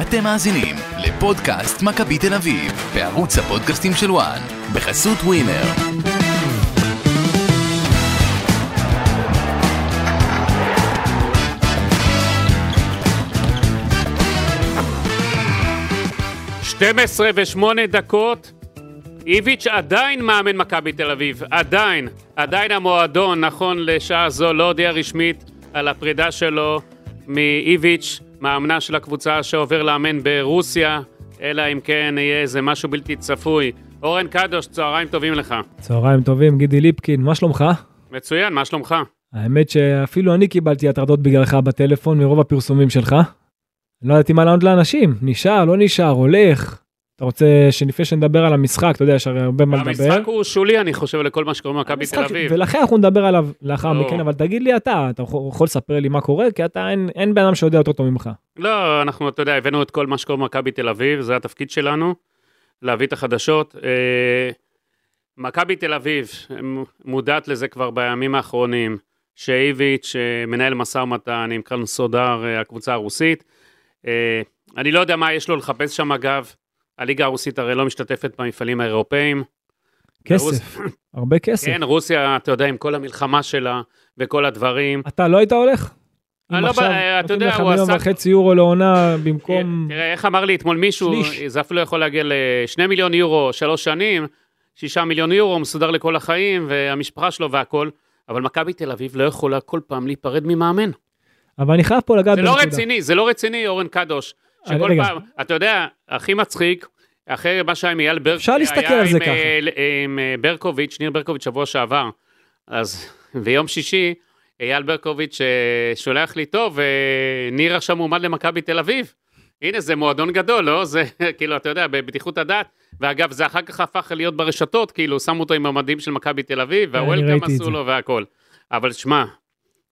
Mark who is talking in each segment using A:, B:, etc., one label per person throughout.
A: אתם מאזינים לפודקאסט מכבי תל אביב, בערוץ הפודקאסטים של וואן, בחסות ווינר.
B: שתים עשרה ושמונה דקות, איביץ' עדיין מאמן מכבי תל אביב, עדיין. עדיין המועדון, נכון לשעה זו, לא הודיע רשמית על הפרידה שלו מאיביץ', מאמנה של הקבוצה שעובר לאמן ברוסיה, אלא אם כן יהיה איזה משהו בלתי צפוי. אורן קדוש, צהריים טובים לך.
C: צהריים טובים, גידי ליפקין, מה שלומך?
B: מצוין, מה שלומך?
C: האמת שאפילו אני קיבלתי הטרדות בגללך בטלפון מרוב הפרסומים שלך. לא ידעתי מה לענות לאנשים, נשאר, לא נשאר, הולך. אתה רוצה שלפני שנדבר על המשחק, אתה יודע, יש הרי הרבה מה לדבר.
B: המשחק הוא שולי, אני חושב, לכל מה שקורה במכבי תל
C: המשחק ש-
B: אביב.
C: ולכן אנחנו נדבר עליו לאחר
B: לא.
C: מכן, אבל תגיד לי אתה, אתה יכול יכול לספר לי מה קורה? כי אתה, אין- אין בן אדם שיודע יותר טוב ממך.
B: לא, אנחנו, אתה יודע, הבאנו את כל מה שקורה במכבי תל אביב, זה התפקיד שלנו, להביא את החדשות. אה, מכבי תל אביב מ- מודעת לזה כבר בימים האחרונים, שאיביץ' אה, מנהל משא ומתן עם קרנסודר, אה, הקבוצה הרוסית. אה, אני לא יודע מה יש לו לחפש שם, אגב. הליגה הרוסית הרי לא משתתפת במפעלים האירופאים.
C: כסף, הרבה כסף.
B: כן, רוסיה, אתה יודע, עם כל המלחמה שלה וכל הדברים.
C: אתה לא היית הולך?
B: אני
C: אם
B: לא
C: עכשיו
B: בא- אתה
C: נותנים
B: יודע,
C: לך
B: הוא כן,
C: מיליון
B: עסק-
C: וחצי יורו לעונה במקום...
B: תראה, איך אמר לי אתמול מישהו,
C: שליש.
B: זה אפילו לא יכול להגיע לשני מיליון יורו, שלוש שנים, שישה מיליון יורו, מסודר לכל החיים, והמשפחה שלו והכול, אבל מכבי תל אביב לא יכולה כל פעם להיפרד ממאמן.
C: אבל אני חייב פה לגעת
B: זה לא
C: בנקודה.
B: רציני, זה לא רציני, אורן קדוש,
C: אני-
B: שכל
C: רגע.
B: פעם, אתה יודע, הכי מצחיק, אחרי מה שהיה עם אייל ברקוביץ',
C: אפשר להסתכל על זה ככה.
B: עם אה, ברקוביץ', ניר ברקוביץ', שבוע שעבר, אז ביום שישי, אייל ברקוביץ' אה, שולח לי, טוב, אה, ניר עכשיו מועמד למכבי תל אביב. הנה, זה מועדון גדול, לא? זה, כאילו, אתה יודע, בבטיחות הדעת. ואגב, זה אחר כך הפך להיות ברשתות, כאילו, שמו אותו עם המדים של מכבי תל אביב,
C: אני
B: והוולקאם
C: ראיתי את
B: עשו
C: זה.
B: לו והכל. אבל שמע,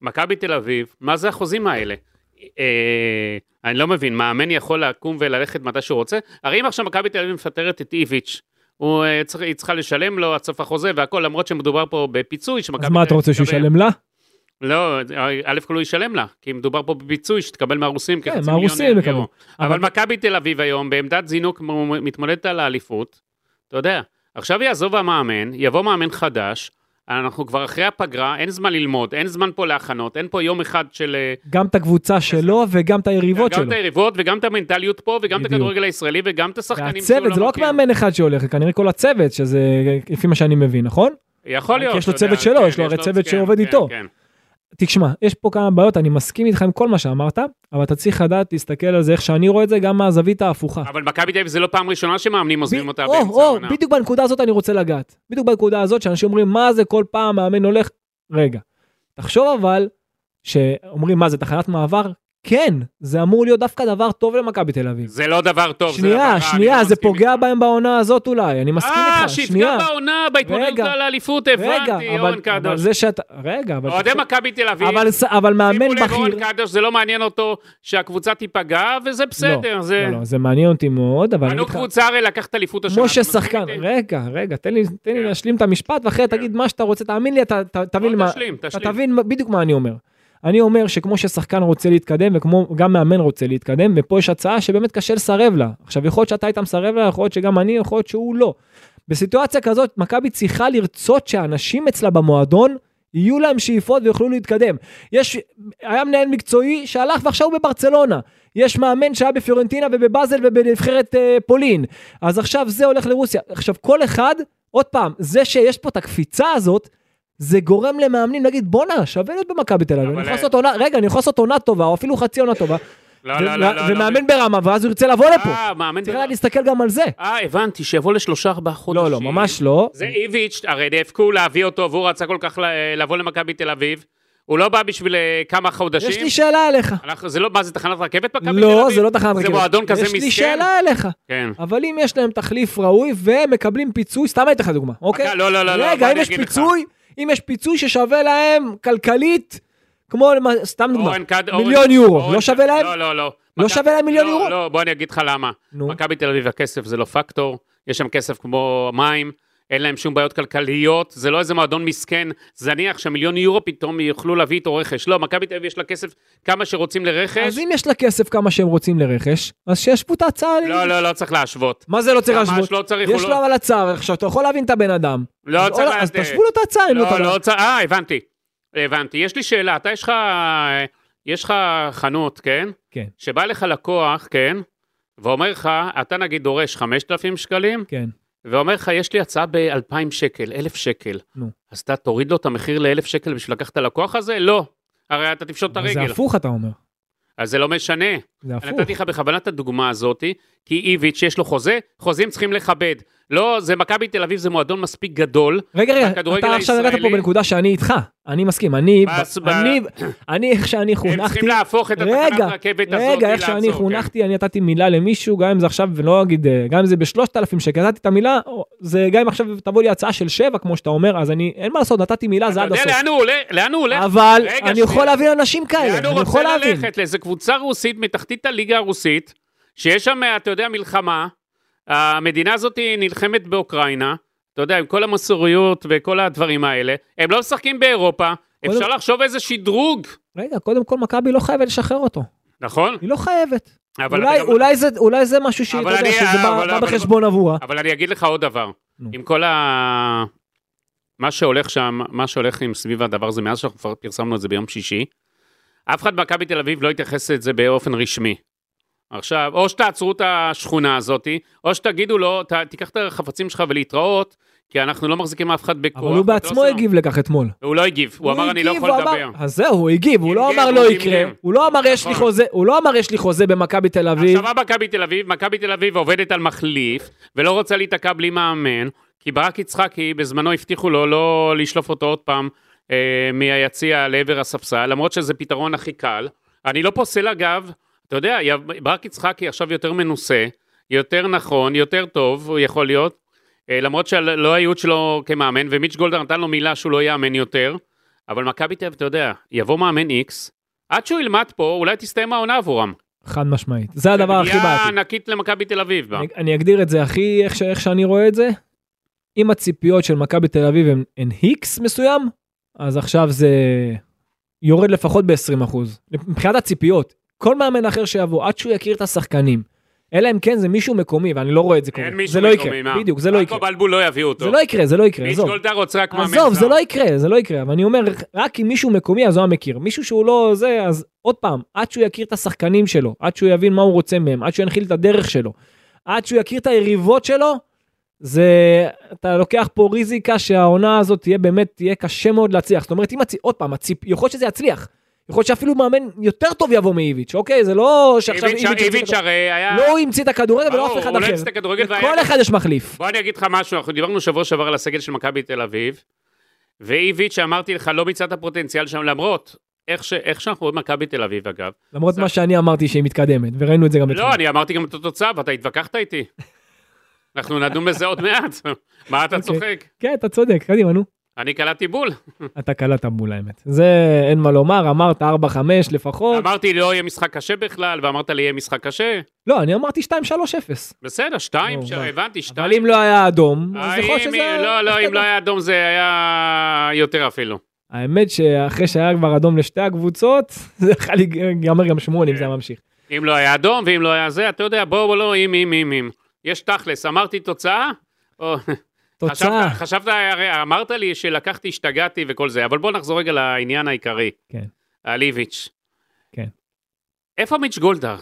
B: מכבי תל אביב, מה זה החוזים האלה? אה, אני לא מבין, מאמן יכול לקום וללכת מתי שהוא רוצה? הרי אם עכשיו מכבי תל אביב מפטרת את איביץ', הוא, אה, צריך, היא צריכה לשלם לו עד סוף החוזה והכל, למרות שמדובר פה בפיצוי שמכבי
C: אז מה אתה רוצה, שהוא
B: תקבל.
C: ישלם לה?
B: לא, א' כל הוא ישלם לה, כי מדובר פה בפיצוי שתקבל מהרוסים
C: כן,
B: כחצי מיליון
C: מהרוסים
B: אירו.
C: יקבלו.
B: אבל
C: אבל-
B: מכבי תל אביב היום, בעמדת זינוק מ- מתמודדת על האליפות, אתה יודע, עכשיו יעזוב המאמן, יבוא מאמן חדש, אנחנו כבר אחרי הפגרה, אין זמן ללמוד, אין זמן פה להכנות, אין פה יום אחד של... אה,
C: גם את הקבוצה שלו וגם את היריבות
B: גם
C: שלו.
B: את היריבות וגם את המנטליות פה, וגם את
C: בדיוק.
B: הכדורגל הישראלי, וגם את השחקנים
C: והצוות, זה לא רק
B: מכיר.
C: מאמן אחד שהולך, זה כנראה כל הצוות, שזה לפי מה שאני מבין, נכון?
B: יכול להיות,
C: כי יש לו
B: אתה יודע,
C: צוות שלו,
B: כן,
C: יש לו הרי צוות
B: כן,
C: שעובד
B: כן,
C: איתו.
B: כן.
C: תשמע, יש פה כמה בעיות, אני מסכים איתך עם כל מה שאמרת, אבל אתה צריך לדעת להסתכל על זה איך שאני רואה את זה, גם מהזווית ההפוכה.
B: אבל מכבי תל אביב זה לא פעם ראשונה שמאמנים עוזבים
C: ב-
B: אותה
C: או,
B: באמצע
C: או,
B: העונה.
C: בדיוק בנקודה הזאת אני רוצה לגעת. בדיוק בנקודה הזאת שאנשים אומרים, מה זה כל פעם מאמן הולך? רגע, תחשוב אבל, שאומרים, מה זה תחנת מעבר? כן, זה אמור להיות דווקא דבר טוב למכבי תל אביב.
B: זה לא דבר טוב, זה דבר רע,
C: שנייה,
B: אני
C: שנייה,
B: לא
C: זה
B: מסכים
C: פוגע
B: איתך.
C: בהם בעונה הזאת אולי, אני מסכים
B: אה,
C: איתך,
B: שיפגע
C: שנייה.
B: בעונה בהתמודדות
C: רגע,
B: על האליפות, הבנתי,
C: רגע,
B: אורן
C: אבל, אבל
B: קדוש.
C: זה שאתה, רגע, אבל,
B: אוהדי מכבי תל אביב,
C: אבל, ס- אבל מאמן
B: שימו לב,
C: בכיר,
B: אורן קדוש, זה לא מעניין אותו שהקבוצה תיפגע, וזה בסדר, זה...
C: לא, לא, זה מעניין אותי מאוד, אבל אני
B: בנו
C: אגיד לך,
B: קבוצה הרי לקחת אליפות השנה. אתה
C: משה
B: מסכים
C: שחקן,
B: איתי?
C: רגע, רגע, תן לי, תן לי
B: כן.
C: להשלים את המשפט, ואחרי תגיד מה שאתה רוצה, תאמין לי, אתה אתה- תבין
B: בוא,
C: מה,
B: לא, תשלים,
C: אתה
B: תשלים.
C: תבין מה- בדיוק מה אני אומר. אני אומר שכמו ששחקן רוצה להתקדם וכמו גם מאמן רוצה להתקדם ופה יש הצעה שבאמת קשה לסרב לה. עכשיו יכול להיות שאתה היית מסרב לה, יכול להיות שגם אני, יכול להיות שהוא לא. בסיטואציה כזאת מכבי צריכה לרצות שהאנשים אצלה במועדון יהיו להם שאיפות ויוכלו להתקדם. יש, היה מנהל מקצועי שהלך ועכשיו הוא בברצלונה. יש מאמן שהיה בפיורנטינה ובבאזל ובנבחרת אה, פולין. אז עכשיו זה הולך לרוסיה. עכשיו כל אחד, עוד פעם, זה שיש פה את הקפיצה הזאת, זה גורם למאמנים להגיד בואנה שווה להיות במכבי תל אביב,
B: אבל,
C: אני יכול
B: אה,
C: לעשות עונה, רגע אני יכול לעשות עונה טובה או אפילו חצי עונה טובה,
B: לא,
C: ו-
B: לא, לא, לא.
C: ומאמן
B: לא.
C: ברמה ואז הוא ירצה לבוא לפה,
B: אה, מאמן
C: צריך
B: ברמה.
C: לדעת להסתכל גם על זה,
B: אה, הבנתי, שיבוא לשלושה ארבעה חודשים.
C: לא לא ממש לא,
B: זה איביץ', הרי נאבקו להביא אותו, והוא רצה כל כך ל- לבוא למכבי תל אביב. הוא לא בא בשביל אה, כמה חודשים.
C: יש לי שאלה אליך,
B: אנחנו- זה לא, מה זה תחנת רכבת מכבי תל אביב?
C: לא זה לא תחנת רכבת,
B: זה מועדון כזה מסכן?
C: יש לי שאלה אליך,
B: כן.
C: אבל אם יש להם תחליף ראוי והם מקבלים פיצוי, סתם אני אתן לך דוגמה, אוקיי?
B: אגב, לא, לא, לא, לא, מה
C: רגע אם
B: אני
C: יש
B: אגיד לך?
C: פיצוי, אם יש פיצוי ששווה להם כלכלית, כמו למ- סתם דוגמה,
B: אורן קד... אורן-
C: מיליון יורו,
B: אורן-
C: לא שווה להם?
B: לא, לא, לא.
C: לא
B: מכבי-
C: שווה להם מיליון
B: לא,
C: יורו?
B: לא, בוא אני אגיד לך למה.
C: נו.
B: מכבי תל אביב הכסף זה לא פקטור, יש שם כסף כמו מים, אין להם שום בעיות כלכליות, זה לא איזה מועדון מסכן, זניח שמיליון יורו פתאום יוכלו להביא איתו רכש. לא, מכבי תל אביב יש לה כסף כמה שרוצים לרכש.
C: אז אם יש לה כסף כמה שהם רוצים לרכש, אז שישבו את ההצעה.
B: לא, לא, לא צריך להשוות.
C: מה זה לא צריך
B: ממש
C: להשוות?
B: לא צריך, הוא
C: יש לו
B: לא...
C: אבל הצעה, עכשיו אתה יכול להבין את הבן אדם.
B: לא
C: אז
B: צריך
C: או-
B: לה-
C: אז תשוו לו את ההצעה אם לא
B: לא,
C: אתה
B: לא צריך... אה, הבנתי. הבנתי. יש לי שאלה, אתה יש לך... יש לך חנות, כן?
C: כן.
B: שבא לך לקוח, כן? ואומר לך, אתה נגיד דורש 5,000 שקלים,
C: כן.
B: ואומר לך, יש לי הצעה ב-2,000 שקל, 1,000 שקל.
C: נו.
B: אז אתה תוריד לו את המחיר ל-1,000 שקל בשביל לקחת את הלקוח הזה? לא. הרי אתה תפשוט את
C: אבל זה
B: הרגל.
C: הפוך אתה אומר.
B: אז זה לא משנה.
C: זה הפוך.
B: נתתי לך בכוונה את הדוגמה הזאת, כי איביץ' יש לו חוזה, חוזים צריכים לכבד. לא, זה מכבי תל אביב, זה מועדון מספיק גדול.
C: רגע, רגע,
B: בכדורגל
C: אתה עכשיו נגעת פה
B: הישראלי-
C: בנקודה שאני איתך. אני מסכים, אני,
B: בס- ב-
C: אני, אני, איך שאני
B: הם
C: חונכתי,
B: צריכים להפוך את התחנת
C: רגע,
B: רכבת הזאת.
C: רגע, איך שאני
B: לעצור, כן.
C: חונכתי, אני נתתי מילה למישהו, גם אם זה עכשיו, ולא אגיד, אה, גם אם זה בשלושת אלפים שקל, נתתי את המילה, או- זה גם אם עכשיו תבוא לי הצעה של שבע, כמו שאתה אומר, אז אני, אין מה לעשות, נתתי מילה, זה עד
B: אתה
C: הסוף.
B: יודע לאן הוא הולך? לאן הוא הולך?
C: אבל
B: רגע,
C: אני
B: שנייה.
C: יכול להבין אנשים כאלה,
B: לאן הוא
C: אני יכול
B: רוצה
C: להבין.
B: ללכת? לאיזה קבוצה רוסית מתחתית הליגה הרוסית, שיש שם, אתה יודע, מלחמה. המדינה הזאת היא נלחמת באוקראינה, אתה יודע, עם כל המסוריות וכל הדברים האלה. הם לא משחקים באירופה,
C: קודם-
B: אפשר לחשוב איזה שדרוג,
C: רגע, קודם כל, מכבי לא חייבת לשחרר אותו.
B: נכון?
C: היא לא חייבת.
B: אבל
C: אולי-
B: אתה גם- לא
C: אולי זה- אולי זה משהו שהיא,
B: אבל
C: אתה יודע,
B: אני-
C: שזה בא-
B: אבל-
C: בא
B: אבל-
C: בחשבון עבורה.
B: אבל אני אגיד לך עוד דבר.
C: נו.
B: עם כל ה... מה שהולך שם, מה שהולך עם סביב הדבר הזה, מאז שאנחנו כבר פרסמנו את זה ביום שישי, אף אחד במכבי תל אביב לא התייחס לזה באופן רשמי. עכשיו, או שתעצרו את השכונה הזאתי, או שתגידו לו, ת, תיקח את החפצים שלך ולהתראות, כי אנחנו לא מחזיקים אף אחד בכוח.
C: אבל הוא
B: ואתה לא
C: בעצמו
B: עושה לו-
C: הגיב לכך אתמול.
B: הוא לא הגיב, הוא אמר אני לא
C: הגיב,
B: יכול
C: הוא אמר-
B: לדבר.
C: אז זהו, הוא הגיב, הוא לא
B: הגיב,
C: אמר
B: הוא
C: לא
B: גמגם.
C: יקרה, הוא לא אמר יש לי
B: נכון.
C: חוזה, הוא לא אמר יש לי חוזה במכבי תל אביב.
B: עכשיו מה מכבי תל אביב? מכבי תל אביב עובדת על מחליף, ולא רוצה להיתקע בלי מאמן, כי ברק יצחקי, בזמנו הבטיחו לו לא לשלוף אותו עוד פעם אה, מהיציע לעבר הספסל, למרות שזה פתרון הכי קל. אני לא פוסל אגב, אתה יודע, י- ברק יצחקי עכשיו יותר מנוסה, יותר נכון, יותר טוב, הוא יכול להיות, אה, למרות שלא הייעוד שלו כמאמן, ומיץ' גולדהר נתן לו מילה שהוא לא יאמן יותר, אבל מכבי תל אביב, אתה יודע, יבוא מאמן איקס, עד שהוא ילמד פה, אולי תסתיים העונה עבורם.
C: חד משמעית, זה הדבר הכי
B: פגיעה
C: בעייתי.
B: ענקית למכבי תל אביב. בה.
C: אני- אני אגדיר את זה הכי, איך ש- איך שאני רואה את זה, אם הציפיות של מכבי תל אביב הן- הן היקס מסוים, אז עכשיו זה יורד לפחות ב-20%. מבחינת הציפיות, כל מאמן אחר שיבוא, עד שהוא יכיר את השחקנים, אלא אם כן זה מישהו מקומי, ואני לא רואה את זה קורה.
B: אין מישהו
C: זה לא יקרה,
B: מקומי, מה?
C: בדיוק, זה לא יקרה.
B: יעקב אלבול לא יביא אותו.
C: זה לא יקרה, זה לא יקרה,
B: מיץ'
C: עזוב.
B: גולדהר רוצה רק מאמן.
C: עזוב, זה
B: זר.
C: לא יקרה, זה לא יקרה, אבל אני אומר, רק אם מישהו מקומי, אז הוא המכיר. מישהו שהוא לא זה, אז עוד פעם, עד שהוא יכיר את השחקנים שלו, עד שהוא יבין מה הוא רוצה מהם, עד שהוא ינחיל את הדרך שלו, עד שהוא יכיר את היריבות שלו, זה, אתה לוקח פה ריזיקה שהעונה הזאת תהיה באמת, תהיה קשה מאוד להצליח. זאת אומרת, אם, הצ... עוד פעם, הציפ... יכול להיות שזה יצליח. יכול להיות שאפילו מאמן יותר טוב יבוא מאיביץ', אוקיי? זה לא שעכשיו
B: איביץ' איביץ'
C: המציא את
B: הרי היה...
C: הכדורגל. לא הוא המציא את הכדורגל ולא
B: ברור,
C: אף אחד
B: הוא לא
C: אחר.
B: המציא את הכדורגל
C: לכל
B: והיה-
C: אחד יש מחליף.
B: בוא אני אגיד לך משהו, אנחנו דיברנו שבוע שעבר על הסגל של מכבי תל אביב, ואיביץ' אמרתי לך, לא מיצה את הפוטנציאל שם, למרות איך ש- איך שאנחנו רואים מכבי תל אביב אגב.
C: למרות
B: זה-
C: מה שאני אמרתי שהיא מתקדמת, וראינו את זה גם
B: לא, אני אמרתי גם את התוצאה, ואתה התווכחת איתי. אנחנו נדון בזה עוד מעט. מה אתה
C: אוקיי.
B: צוחק?
C: כן, אתה צודק, קדימה, נו.
B: אני קלעתי בול.
C: אתה קלעת בול האמת. זה אין מה לומר, אמרת 4-5 לפחות.
B: אמרתי, לא יהיה משחק קשה בכלל, ואמרת לי, יהיה משחק קשה.
C: לא, אני אמרתי 2-3-0.
B: בסדר, שתיים,
C: נו,
B: ש-
C: מה?
B: הבנתי, שתיים.
C: לא. אבל אם לא היה אדום, אז יכול להיות
B: האם,
C: שזה...
B: לא, לא, אם לא היה אדום זה היה יותר אפילו.
C: האמת שאחרי שהיה כבר אדום לשתי הקבוצות, זה יכול להיגמר גם 8 אם זה היה ממשיך.
B: אם לא היה אדום ואם לא היה זה, אתה יודע, בואו, לא, אם, אם, אם, אם. יש תכלס, אמרתי תוצאה? או,
C: תוצאה.
B: חשבת, חשבת, הרי אמרת לי שלקחתי, השתגעתי וכל זה, אבל בואו נחזור רגע לעניין העיקרי.
C: כן.
B: על איביץ'.
C: כן.
B: איפה מיץ' גולדהר?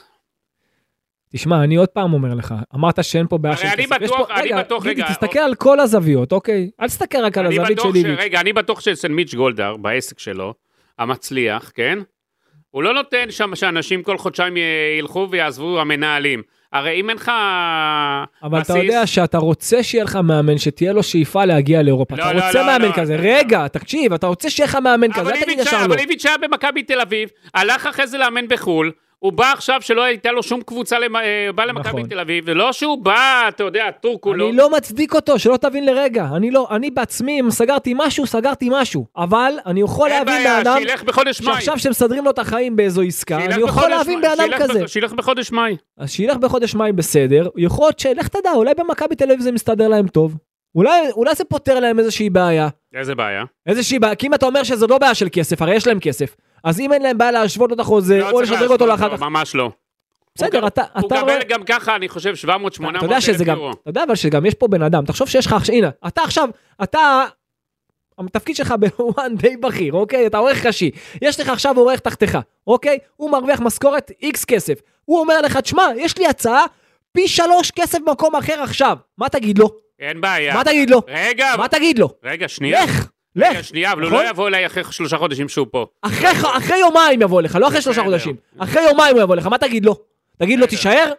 C: תשמע, אני עוד פעם אומר לך, אמרת שאין פה בעיה של
B: הרי
C: כסף.
B: אני
C: יש
B: בטוח-
C: פה-
B: אני בטוח,
C: גידי,
B: רגע,
C: תסתכל על כל הזוויות, אוקיי? אל תסתכל רק על
B: אני
C: הזווית
B: בטוח
C: של
B: ש-
C: איביץ'.
B: רגע, אני בטוח שאצל מיץ' גולדהר, בעסק שלו, המצליח, כן? הוא לא נותן שם שאנשים כל חודשיים י- ילכו ויעזבו המנהלים. הרי אם אין לך...
C: אבל אתה
B: בסיס-
C: יודע שאתה רוצה שיהיה לך מאמן, שתהיה לו שאיפה להגיע לאירופה.
B: לא,
C: אתה
B: לא,
C: רוצה
B: לא,
C: מאמן
B: לא.
C: כזה. רגע, תקשיב, אתה רוצה שיהיה לך מאמן כזה, אל תגיד
B: איביץ' היה-
C: ישר לא.
B: אבל איביץ' היה במכבי תל אביב, הלך אחרי זה לאמן בחו"ל, הוא בא עכשיו שלא הייתה לו שום קבוצה, למ- אה, בא למכבי
C: נכון.
B: תל אביב, ולא שהוא בא, אתה יודע, טור כולו.
C: אני לא מצדיק אותו, שלא תבין לרגע. אני לא, אני בעצמי, אם סגרתי משהו, סגרתי משהו. אבל אני יכול
B: אין
C: להבין
B: בעיה,
C: בן אדם,
B: שילך בחודש מאי.
C: שעכשיו שמסדרים לו את החיים באיזו עסקה,
B: שילך
C: אני יכול
B: בחודש
C: להבין
B: מאי,
C: בן אדם
B: שילך
C: כזה.
B: בח- שילך בחודש מאי.
C: אז שילך בחודש מאי בסדר, יכול להיות שלך תדע, אולי במכבי תל אביב זה מסתדר להם טוב. אולי, אולי זה פותר להם איזושהי בעיה.
B: איזה בעיה?
C: איזושהי בעיה, כי אם אתה אומר שזו לא בעיה של כסף, הרי יש להם כסף. אז אם אין להם בעיה להשוות לו את החוזה,
B: לא
C: או
B: צריך
C: לשדרג
B: להשוות
C: אותו
B: לו,
C: לאחר כך,
B: ממש לא.
C: בסדר,
B: הוא
C: אתה
B: הוא
C: אתה רואה...
B: קבל גם ככה, אני חושב, 700-800
C: אתה אתה יודע שזה
B: אלף
C: גם,
B: יורו.
C: אתה יודע אבל שגם יש פה בן אדם, תחשוב שיש לך עכשיו, הנה, אתה עכשיו, אתה, התפקיד שלך בוואן די בכיר, אוקיי? אתה עורך ראשי, יש לך עכשיו עורך תחתיך, אוקיי? הוא מרוויח משכורת איקס כסף. הוא אומר לך, תשמע, יש לי הצעה, פי שלוש כסף במקום אחר עכשיו. מה תגיד לו?
B: אין בעיה.
C: מה תגיד לו?
B: רגע,
C: מה תגיד לו?
B: רגע, שנייה.
C: לך,
B: רגע,
C: לך.
B: שנייה, אבל הוא
C: נכון?
B: לא יבוא אליי אחרי שלושה חודשים שהוא פה.
C: אחרי ח- אחרי יומיים יבוא לך, לא אחרי שלושה
B: בסדר.
C: חודשים. אחרי יומיים הוא יבוא לך, מה תגיד לו? תגיד לו,
B: בסדר.
C: תישאר?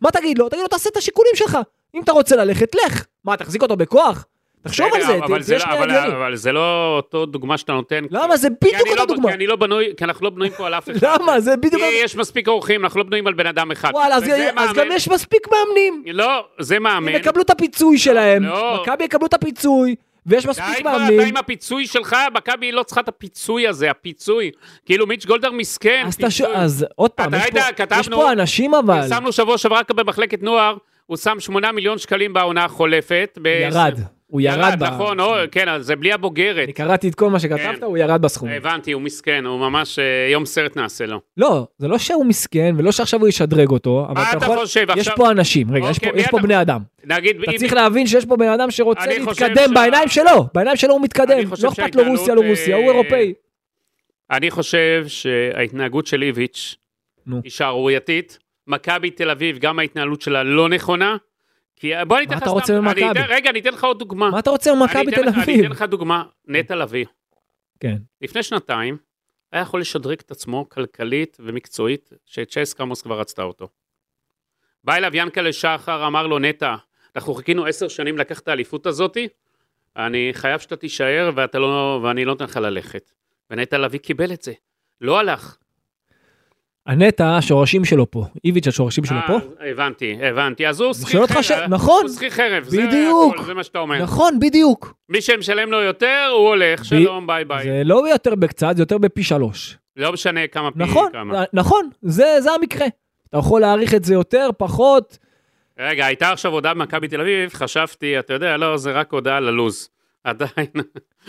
C: מה תגיד לו? תגיד לו, תעשה את השיקולים שלך. אם אתה רוצה ללכת, לך. מה, תחזיק אותו בכוח? תחשוב על
B: בסדר,
C: זה,
B: אבל
C: תהיה
B: לא-
C: שנייה
B: אבל-
C: הגיוני.
B: אבל זה לא אותו דוגמה שאתה נותן.
C: למה? זה
B: כי אני
C: בדיוק
B: לא-
C: אותה דוגמה.
B: כי אני לא בנוי, כי אנחנו לא בנויים פה על אף אחד.
C: למה? זה בדיוק...
B: כי יש מספיק אורחים, אנחנו לא בנויים על בן אדם אחד.
C: וואלה, אז
B: וזה
C: אז גם
B: מאמן.
C: יש מספיק מאמנים.
B: לא, זה מאמן.
C: הם יקבלו את הפיצוי שלהם.
B: לא.
C: מכבי יקבלו את הפיצוי, ויש
B: די
C: מספיק
B: כבר, אתה
C: מאמנים.
B: עם הפיצוי שלך, מכבי לא צריכה את הפיצוי הזה, הפיצוי. כאילו מיץ' גולדהר מסכן,
C: אז אתה ש-
B: פיצוי.
C: אז עוד פעם,
B: אתה
C: יש
B: יודע,
C: פה- יש
B: כתבנו-
C: פה אנשים אבל.
B: שמנו שבוע שעבר רק במחלקת נוער, הוא שם 8 מיליון שקלים בעונה החולפת. ב-
C: ירד, הוא ירד. ב-
B: נכון, או, כן, אז זה בלי הבוגרת.
C: אני קראתי את כל מה שכתבת,
B: כן.
C: הוא ירד בסכום.
B: הבנתי, הוא מסכן, הוא ממש אה, יום סרט נעשה לו.
C: לא, זה לא שהוא מסכן, ולא שעכשיו הוא ישדרג אותו, אבל
B: מה
C: אתה
B: אתה
C: יכול...
B: חושב
C: יש
B: עכשיו?
C: פה אנשים, רגע, יש
B: אוקיי,
C: פה-
B: מי
C: יש פה
B: אתה-
C: בני אדם.
B: נגיד,
C: אתה
B: אם-
C: צריך להבין שיש פה בן אדם שרוצה
B: אני חושב
C: להתקדם
B: שה-
C: בעיניים שלו, בעיניים שלו הוא מתקדם,
B: אני חושב
C: לא אכפת לו
B: שההתנהלות,
C: רוסיה, לא רוסיה,
B: אה,
C: הוא אירופאי.
B: אני חושב שההתנהגות של איביץ'
C: נו.
B: היא שערורייתית. מכבי תל אביב, גם ההתנהלות שלה לא נכונה. כי אה, בוא אני אתן
C: מה
B: לך
C: אתה רוצה
B: אני
C: ממכבי?
B: אתן- רגע, אני אתן לך עוד דוגמה.
C: מה אתה רוצה
B: אני
C: ממכבי
B: אתן
C: תל
B: לך- אני
C: אביב?
B: אתן לך דוגמה, נטע לביא.
C: כן,
B: לפני שנתיים, היה יכול לשדרג את עצמו כלכלית ומקצועית, שצ'ס קמוס כבר רצתה אותו. בא אליו ינקלה שחר, אמר לו, נטע, אנחנו חיכינו עשר שנים לקחת את האליפות הזאתי, אני חייב שאתה תישאר ואתה לא, ואני לא נותן לך ללכת. ונטע לביא קיבל את זה. לא הלך.
C: הנטע, השורשים שלו פה, איביץ' השורשים שלו פה,
B: אה, הבנתי, הבנתי. אז הוא שכיר
C: שואל אותך
B: חרב.
C: ש- נכון.
B: הוא שכיר חרב. זה
C: בדיוק.
B: הכל, זה מה שאתה אומר.
C: נכון, בדיוק.
B: מי שמשלם לו יותר, הוא הולך, שלום, ביי ביי.
C: זה לא יותר בקצת, זה יותר בפי שלוש.
B: לא משנה כמה פי
C: נכון,
B: כמה.
C: נכון, זה זה המקרה. אתה יכול להעריך את זה יותר, פחות,
B: רגע, הייתה עכשיו הודעה במכבי תל אביב, חשבתי, אתה יודע, לא, זה רק הודעה ללוז. עדיין,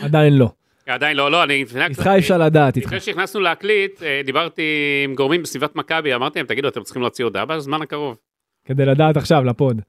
C: עדיין לא.
B: עדיין לא, לא, אני... לפני-
C: איתך אי אפשר לדעת, איתך.
B: לפני שהכנסנו להקליט, אה, דיברתי עם גורמים בסביבת מכבי, אמרתי להם, תגידו, אתם צריכים להוציא הודעה בזמן הקרוב.
C: כדי לדעת עכשיו, לפוד.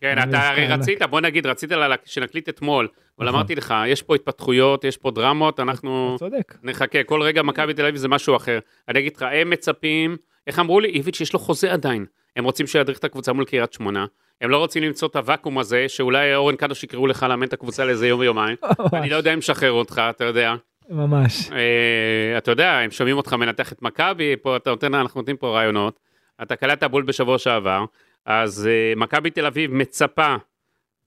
B: כן,
C: אה,
B: אתה הרי
C: אה,
B: רצית, בוא נגיד, רצית לה- שנקליט אתמול, אבל
C: נכון.
B: אמרתי לך, יש פה התפתחויות, יש פה דרמות, אנחנו
C: צודק.
B: נחכה. כל רגע מכבי תל אביב זה משהו אחר. אני אגיד לך, הם מצפים, איך אמרו לי, איביץ' יש לו חוזה עדיין. הם רוצים שידריך את הקבוצה מול קריית שמונה. הם לא רוצים למצוא את הוואקום הזה, שאולי אורן קדוש יקראו לך לאמן את הקבוצה לאיזה יום יומיים. אני לא יודע אם משחרר אותך, אתה יודע.
C: ממש.
B: אה, אתה יודע, הם שומעים אותך מנתח את מכבי, פה אתה נותן, אנחנו נותנים פה רעיונות. אתה קלעת בול בשבוע שעבר, אז אה, מכבי תל אביב מצפה,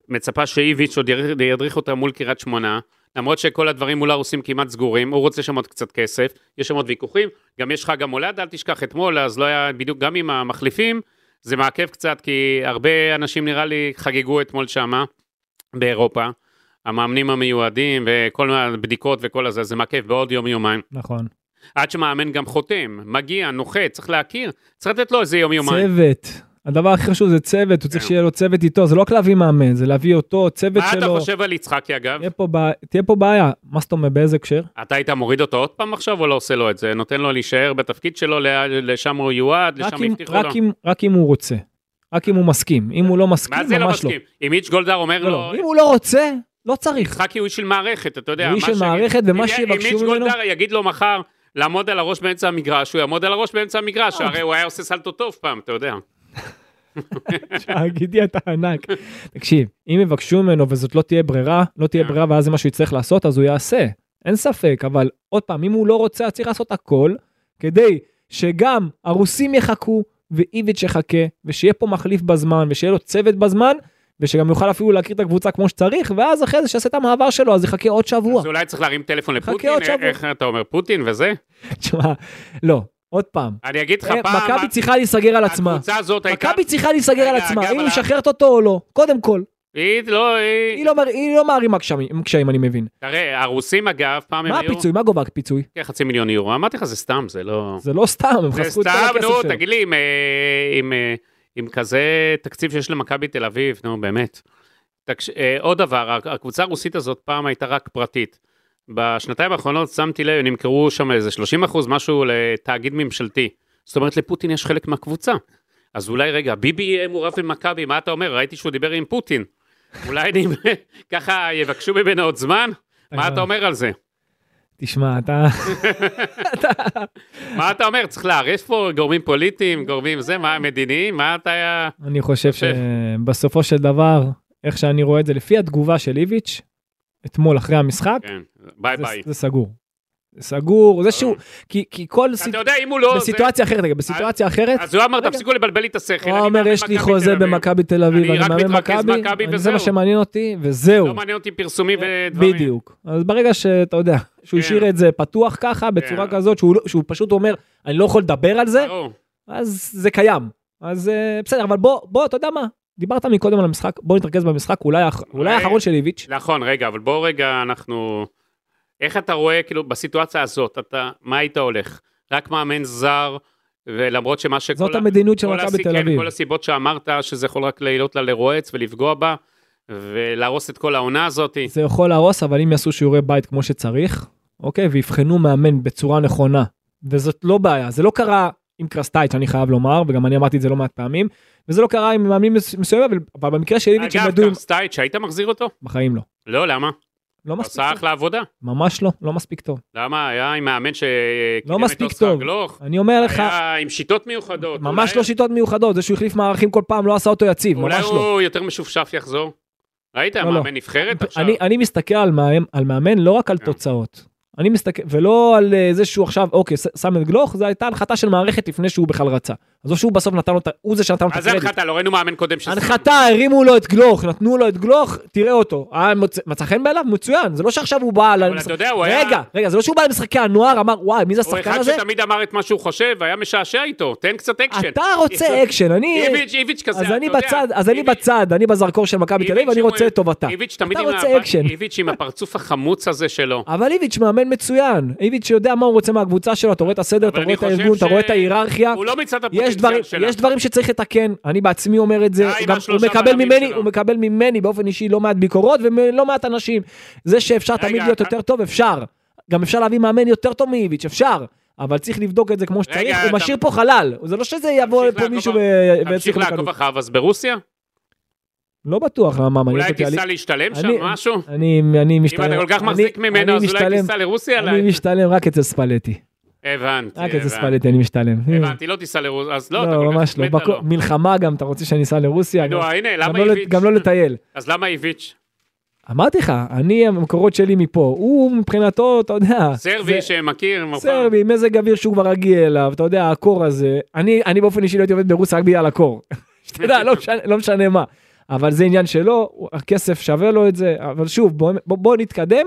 B: מצפה שאיביץ' עוד ידריך- ידריך אותה מול קריית שמונה, למרות שכל הדברים מול הרוסים כמעט סגורים, הוא רוצה שם עוד קצת כסף, יש שם עוד ויכוחים, גם יש חג המולד, אל תשכח אתמול, אז לא היה בדיוק, גם עם המחליפים, זה מעכב קצת, כי הרבה אנשים נראה לי חגגו אתמול שמה, באירופה. המאמנים המיועדים וכל הבדיקות וכל הזה, זה מעכב בעוד יום יומיים.
C: נכון.
B: עד שמאמן גם חותם, מגיע, נוחת, צריך להכיר, צריך לתת לו איזה יום יומיים.
C: צוות. הדבר הכי חשוב זה צוות, הוא צריך
B: כן.
C: שיהיה לו צוות איתו, זה לא רק להביא מאמן, זה להביא אותו, צוות
B: מה אתה
C: שלו.
B: חושב על יצחקי אגב?
C: תהיה פה בע- תהיה פה בעיה. מה זאת אומרת, באיזה הקשר?
B: אתה היית מוריד אותו עוד פעם עכשיו או לא עושה לו את זה? נותן לו להישאר בתפקיד שלו, ל- לשם הוא יועד,
C: רק
B: לשם
C: אם-
B: הבטיחו לו?
C: רק אם- רק אם הוא רוצה. רק אם הוא מסכים. אם הוא לא מסכים,
B: מה זה לא
C: ממש לא.
B: מסכים? אם איץ' גולדהר אומר
C: לא, לא.
B: לו,
C: אם הוא לא רוצה, לא צריך.
B: יצחקי הוא איש של מערכת, אתה יודע.
C: הוא איש
B: מה
C: של
B: שיגיד-
C: מערכת, ומה
B: אם-
C: שיבקשו
B: אם מיץ'
C: ממנו-
B: גולדהר יגיד לו מחר לעמוד על הראש באמצע המגרש, הוא יעמוד על הראש באמצע המגרש,
C: אה.
B: הרי הוא היה עושה סלטו טוב פעם, אתה יודע.
C: גידי אתה ענק. תקשיב, אם יבקשו ממנו וזאת לא תהיה ברירה, לא תהיה
B: כן.
C: ברירה ואז זה מה שהוא יצטרך לעשות, אז הוא יעשה. אין ספק, אבל עוד פעם, אם הוא לא רוצה, אז צריך לעשות הכל כדי שגם הרוסים יחכו ואיביץ' יחכה, ושיהיה פה מחליף בזמן, ושיהיה לו צוות בזמן, ושגם יוכל אפילו להכיר את הקבוצה כמו שצריך, ואז אחרי זה שיעשה את המעבר שלו, אז יחכה עוד שבוע.
B: אז אולי צריך להרים טלפון
C: חכה
B: לפוטין,
C: עוד שבוע.
B: איך אתה אומר, פוטין וזה?
C: תשמע, לא, עוד פעם.
B: אני אגיד לך
C: אה,
B: פעם,
C: מכבי צריכה להיסגר על עצמה.
B: הקבוצה הזאת הייתה,
C: מכבי צריכה להיסגר על
B: רגע,
C: עצמה,
B: אגב,
C: אם היא
B: על ה-
C: משחררת אותו או לא, קודם כל.
B: היא לא,
C: היא
B: היא,
C: לא מר- היא לא מערימה קשיים, קשיים, אני מבין.
B: תראה, הרוסים אגב, פעם הם
C: מה
B: היו,
C: הפיצוי? מה גובה הפיצוי?
B: חצי מיליון יורו, אמרתי לך זה סתם, זה לא,
C: זה לא סתם, הם
B: זה
C: חסכו את כל
B: סתם,
C: הכסף
B: נו,
C: שלו.
B: תגיד לי, עם, אה, עם, אה, עם כזה תקציב שיש למכבי תל אביב, נו באמת, תקש... אה, עוד דבר, הק- הקבוצה הרוסית הזאת פעם הייתה רק פרטית. בשנתיים האחרונות שמתי לב, נמכרו שם איזה 30 אחוז, משהו לתאגיד ממשלתי. זאת אומרת, לפוטין יש חלק מהקבוצה. אז אולי רגע, ביבי יהיה מעורב במכבי, מה אתה אומר? ראיתי שהוא דיבר עם פוטין. אולי אני... ככה יבקשו ממנו עוד זמן? מה אתה אומר על זה?
C: תשמע, אתה...
B: מה אתה אומר? צריך לערב פה גורמים פוליטיים, גורמים זה, מה מדיניים, מה אתה...
C: אני חושב
B: חושב.
C: שבסופו של דבר, איך שאני רואה את זה, לפי התגובה של איביץ', אתמול אחרי המשחק,
B: כן, ביי
C: זה-
B: ביי. אה.
C: זה סגור. זה סגור, זה שהוא... כי כי כל... סיט-
B: אתה יודע, אם הוא לא... זה- אה,
C: בסיטואציה אחרת, רגע, בסיטואציה אחרת,
B: אז הוא אמר,
C: רגע.
B: תפסיקו לבלבל לי את השכל.
C: הוא
B: אני
C: אומר,
B: מאמן
C: יש לי
B: מכבי תל
C: חוזה
B: אביב."
C: במכבי תל אביב,
B: אני
C: אני
B: רק
C: מאמן
B: מתרכז
C: מכבי,
B: מכבי
C: אני- זה
B: וזהו.
C: מה שמעניין אותי, וזהו.
B: לא מעניין אותי פרסומים ודברים.
C: אה, בדיוק. אז ברגע שאתה יודע, שהוא
B: כן.
C: השאיר את זה פתוח ככה, בצורה
B: כן.
C: כזאת, שהוא לא- שהוא פשוט אומר, אני לא יכול לדבר על זה,
B: ברור.
C: אז זה קיים. אז אה, בסדר, אבל בוא, בוא, אתה יודע מה? דיברת מקודם על המשחק, בוא נתרכז במשחק, אולי האח- אולי
B: אולי-
C: האחרון של איביץ'.
B: נכון, רגע, אבל בואו רגע, אנחנו... איך אתה רואה, כאילו, בסיטואציה הזאת, אתה, מה היית הולך? רק מאמן זר, ולמרות שמה שכל...
C: זאת
B: ה-
C: המדיניות של
B: כל
C: מכבי
B: הסי-
C: תל
B: כן,
C: אביב.
B: כל הסיבות שאמרת, שזה יכול רק לעילות לה לרועץ ולפגוע בה, ולהרוס את כל העונה הזאת.
C: זה יכול להרוס, אבל אם יעשו שיעורי בית כמו שצריך, אוקיי, ויבחנו מאמן בצורה נכונה, וזאת לא בעיה, זה לא קרה עם קרסטייץ', אני חייב לומר, וגם אני אמרתי את זה לא מעט פעמים, וזה לא קרה עם מאמנים מס- מסוימים, אבל- אבל במקרה של איביץ' הם
B: אגב,
C: ידעו,
B: גם סטייץ', היית מחזיר אותו?
C: בחיים לא.
B: לא, למה?
C: לא מספיק
B: עשה
C: טוב.
B: אחלה עבודה.
C: ממש לא, לא מספיק טוב.
B: למה? היה עם מאמן שקידם
C: לא מספיק
B: אוסקר
C: טוב.
B: גלוך.
C: אני אומר לך,
B: היה עם שיטות מיוחדות.
C: ממש
B: אולי-
C: לא שיטות מיוחדות, זה שהוא החליף מערכים כל פעם לא עשה אותו יציב,
B: אולי
C: ממש לא.
B: הוא יותר משופשף יחזור? ראית,
C: לא, לא.
B: מאמן נבחרת עכשיו?
C: אני, אני מסתכל על מאמן, על מאמן לא רק על
B: כן.
C: תוצאות. אני מסתכל, ולא על אה, זה שהוא עכשיו, אוקיי, ש- שם את גלוך, זו הייתה הנחתה של מערכת לפני שהוא בכלל רצה. אז או שהוא בסוף נתן לו את ה... הוא זה שנתן לו את
B: מה זה
C: הקרדיט.
B: הנחתה? לא ראינו מאמן קודם ששם.
C: הנחתה, הרימו לו את גלוך, נתנו לו את גלוך, תראה אותו. אה, מצ- מצא חן בעיניו? מצוין. זה לא שעכשיו הוא בא...
B: אבל
C: למשחק-
B: אתה יודע, הוא היה...
C: רגע, רגע, זה לא שהוא בא למשחקי הנוער, אמר, וואי, מי זה
B: הוא
C: השחקן
B: אחד
C: הזה?
B: שתמיד אמר את מה שהוא חושב, היה משעשע איתו, תן קצת אקשן.
C: אתה רוצה אקשן, אני...
B: איביץ', איביץ' כזה,
C: אז
B: אתה
C: אני
B: יודע.
C: בצד, אז אני
B: איביץ'-
C: בצד, אני בזרקור של מכבי תל אביב,
B: איביץ'
C: אני
B: שהוא-
C: רוצה את טובתה.
B: איביץ' תמיד
C: אתה
B: עם
C: רוצה אה,
B: ה-
C: אקשן.
B: איביץ' עם הפרצוף החמוץ הזה שלו.
C: אבל איביץ' מאמן מצוין, איביץ' יודע מה הוא רוצה מהקבוצה שלו, אתה רואה את הסדר,
B: אבל
C: אתה רואה
B: אני
C: את
B: חושב
C: הארגון, אתה
B: ש-
C: רואה את ההיררכיה,
B: הוא לא מצד
C: יש דברים,
B: הפוטנציאל שלה.
C: יש דברים שצריך לתקן, אני בעצמי אומר את זה,
B: די עם
C: גם הוא
B: השלושה
C: מקבל
B: בלמים
C: ממני,
B: שלו.
C: הוא מקבל ממני באופן אישי לא מעט ביקורות ולא מעט אנשים, זה שאפשר
B: רגע, אה-
C: תמיד להיות
B: אתה-
C: יותר טוב, אפשר, גם אפשר להביא מאמן יותר טוב מאיביץ', אפשר. אבל צריך לבדוק את זה כמו שצריך, הוא
B: אתה-
C: משאיר פה חלל, זה לא שזה יבוא
B: תמשיך
C: פה
B: לעקוב
C: מישהו
B: אחר-
C: ו-
B: תמשיך
C: ויצליח
B: לעקוב
C: בקלות.
B: אחריו, אז ברוסיה?
C: לא בטוח למה, מעניין
B: אולי
C: אותי, אני-
B: תיסע להשתלם שם,
C: אני-
B: משהו?
C: אני אני
B: אם
C: משתלם,
B: אתה כל כך
C: אני-
B: מחזיק ממנו,
C: אני
B: אז אולי
C: משתלם-
B: תיסע לרוסיה?
C: אני
B: לה-
C: משתלם רק אצל ספלטי.
B: הבנתי,
C: רק איזה
B: הבנתי.
C: ספלטי אני משתלם.
B: הבנתי, לא תיסע לרוסיה, אז לא, אתה
C: לא,
B: כל כך
C: ממש לא.
B: מת עליו.
C: בכל- מלחמה גם, אתה רוצה שאני אסע לרוסיה?
B: נו,
C: גם-
B: הנה,
C: גם
B: למה
C: לא לת-
B: איביץ'?
C: גם לא לטייל.
B: אז למה איביץ'?
C: אמרתי לך, אני, המקורות שלי מפה. הוא מבחינתו, אתה יודע...
B: סרבי
C: זה-
B: שמכיר, מופע.
C: סרבי, מזג אוויר שהוא כבר רגיל אליו, אתה יודע, הקור הזה. אני אני באופן אישי לא הייתי עובד ברוסיה רק בגלל הקור. שאתה יודע, לא משנה- לא משנה מה. אבל זה עניין שלו, הוא- הכסף שווה לו את זה. אבל שוב, בוא- בוא בוא נתקדם,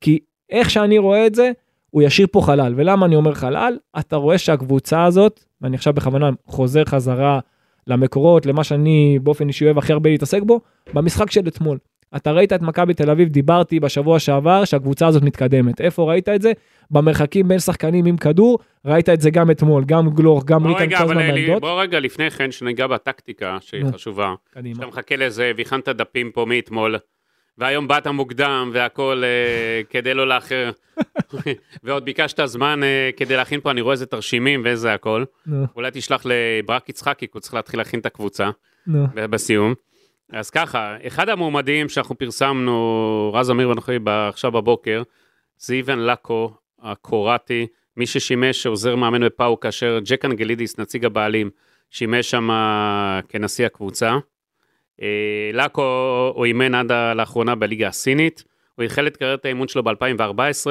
C: כי איך שאני רואה את זה, הוא ישאיר פה חלל. ולמה אני אומר חלל? אתה רואה שהקבוצה הזאת, ואני עכשיו בכוונה חוזר חזרה למקורות, למה שאני באופן אישי אוהב הכי הרבה להתעסק בו, במשחק של אתמול. אתה ראית את מכבי תל אביב, דיברתי בשבוע שעבר שהקבוצה הזאת מתקדמת. איפה ראית את זה? במרחקים בין שחקנים עם כדור, ראית את זה גם אתמול, גם גלוך, גם
B: בוא
C: ריטן
B: רגע,
C: כל הזמן
B: אבל אלי,
C: בעמדות.
B: בוא רגע לפני כן, שניגע בטקטיקה שהיא
C: נו.
B: חשובה.
C: קדימה.
B: אתה מחכה לזה, והכנת דפים פה מאתמול, והיום באת מוקדם והכל אה, כדי לא לאחר, ועוד ביקשת זמן אה, כדי להכין פה, אני רואה איזה תרשימים ואיזה הכל.
C: נו,
B: אולי תשלח לברק יצחקי, כי הוא צריך להתחיל להכין את הקבוצה.
C: נו.
B: ב- בסיום. אז ככה, אחד המועמדים שאנחנו פרסמנו, רז אמיר ואנוכי ב- עכשיו בבוקר, זה איוון לקו הקוראטי, מי ששימש עוזר מאמן בפאו כאשר ג'ק אנגלידיס, נציג הבעלים, שימש שם אה, כנשיא הקבוצה. אה, לקו הוא אימן עד ה- לאחרונה בליגה הסינית, הוא החל את קריירת האימון שלו ב-2014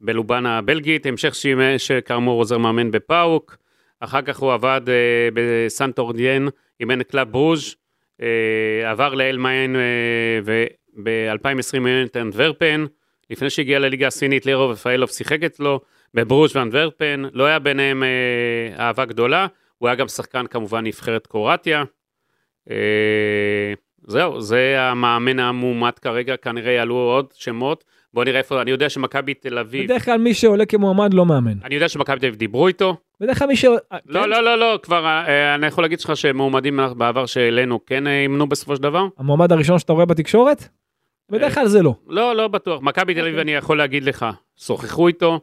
B: בלובאן הבלגית, המשך שימש אה, כאמור עוזר מאמן בפאוק, אחר כך הוא עבד אה, בסנטורדיאן אימן את קלאב ברוז', אה, עבר לאל מיין וב-2020 אימן את אנדוורפן, לפני שהגיע לליגה הסינית לירו ופאלוב שיחק אצלו, בברוז' ואנדוורפן, לא היה ביניהם אה, אהבה גדולה, הוא היה גם שחקן כמובן נבחרת קרואטיה. אה, זהו, זה המאמן המועמד כרגע, כנראה יעלו עוד שמות. בוא נראה איפה, אני יודע שמכבי תל אביב,
C: בדרך כלל מי שעולה כמועמד לא מאמן.
B: אני יודע שמכבי תל אביב דיברו איתו.
C: בדרך כלל מי ש... כן?
B: לא, לא, לא, לא, כבר, אה, אני יכול להגיד לך שמועמדים בעבר שהעלינו כן אה, ימנו בסופו של דבר?
C: המועמד הראשון שאתה רואה בתקשורת? בדרך כלל זה לא.
B: לא, לא בטוח. מכבי תל אביב,
C: אוקיי.
B: אני יכול להגיד לך, שוחחו איתו,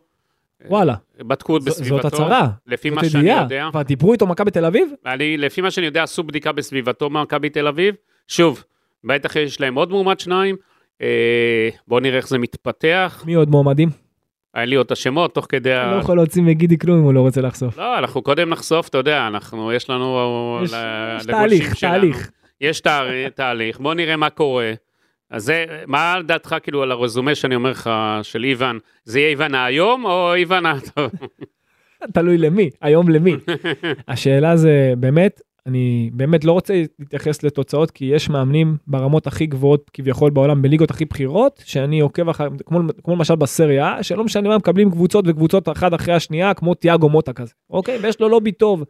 C: וואלה,
B: בדקו
C: ז-
B: אה, בסביבתו.
C: זאת הצהרה.
B: לפי
C: זאת
B: מה שאני
C: ידיעה.
B: יודע.
C: כבר דיברו איתו מכבי תל אביב?
B: אני, לפי מה שאני יודע, עשו בדיקה בסביבתו במכבי תל אביב. שוב, בטח יש להם עוד מועמד שניים. אה, בואו נראה איך זה מתפתח.
C: מי עוד מועמדים?
B: אין לי עוד את השמות תוך כדי
C: אני
B: ה...
C: לא יכול להוציא מגידי כלום אם הוא לא רוצה לחשוף.
B: לא, אנחנו קודם נחשוף, אתה יודע, אנחנו, יש לנו...
C: יש-
B: ל-
C: יש
B: לגולשים
C: תהליך,
B: שלנו.
C: תהליך.
B: יש תה- תהליך, בוא נראה מה קורה. אז זה, מה דעתך כאילו על הרזומה שאני אומר לך, של איוון? זה יהיה איוון היום או איוון ה...
C: תלוי למי, היום למי. השאלה זה באמת, אני באמת לא רוצה להתייחס לתוצאות, כי יש מאמנים ברמות הכי גבוהות כביכול בעולם, בליגות הכי בכירות, שאני עוקב אחריהם, כמו, כמו למשל בסריה, שלא משנה מה, מקבלים קבוצות וקבוצות אחת אחרי השנייה, כמו תיאגו מוטה כזה, אוקיי? ויש לו לובי טוב.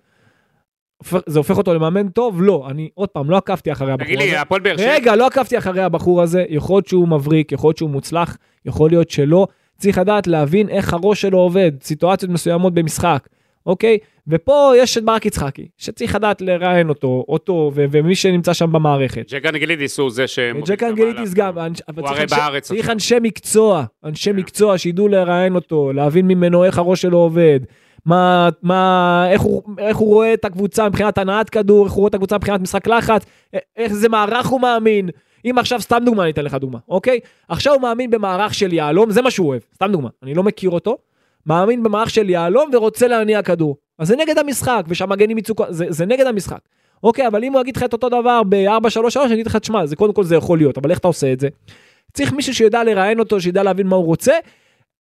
C: הופך- זה הופך אותו למאמן טוב? לא, אני עוד פעם לא עקבתי אחרי הבחור הזה.
B: תגיד לי, הפועל באר שבע...
C: רגע, לא עקבתי אחרי הבחור הזה, יכול להיות שהוא מבריק, יכול להיות שהוא מוצלח, יכול להיות שלא. צריך לדעת להבין איך הראש שלו עובד, סיטואציות מסוימות במשחק, אוקיי? ופה יש את ברק יצחקי, שצריך לדעת לראיין אותו, אותו ו- ומי שנמצא שם במערכת.
B: ג'ק אנגלידיס הוא זה שמוביל
C: ג'ק
B: את המהלך. כן.
C: אנגליטיס גם, אנש- אבל
B: הוא
C: צריך
B: הרי
C: אנשי-
B: בארץ
C: צריך
B: עכשיו. כן.
C: אנשי מקצוע, אנשי מקצוע שידעו לראיין אותו, להבין ממנו איך הראש שלו עובד. מה, מה, איך הוא, איך הוא רואה את הקבוצה מבחינת הנעת כדור, איך הוא רואה את הקבוצה מבחינת משחק לחץ, א- איך זה מערך הוא מאמין. אם עכשיו, סתם דוגמה, אני אתן לך דוגמה, אוקיי? עכשיו הוא מאמין במערך של יהלום, זה מה שהוא אוהב, סתם דוגמה, אני לא מכיר אותו. מאמין במערך של יהלום ורוצה להניע כדור. אז זה נגד המשחק, ושהמגנים יצאו, כל- זה, זה נגד המשחק. אוקיי, אבל אם הוא יגיד לך את אותו דבר ב-4-3-3, אני אגיד לך, תשמע, זה קודם כל זה יכול להיות, אבל איך אתה עושה את זה? צריך מישהו שיודע לראיין אותו, שידע להבין מה הוא רוצה.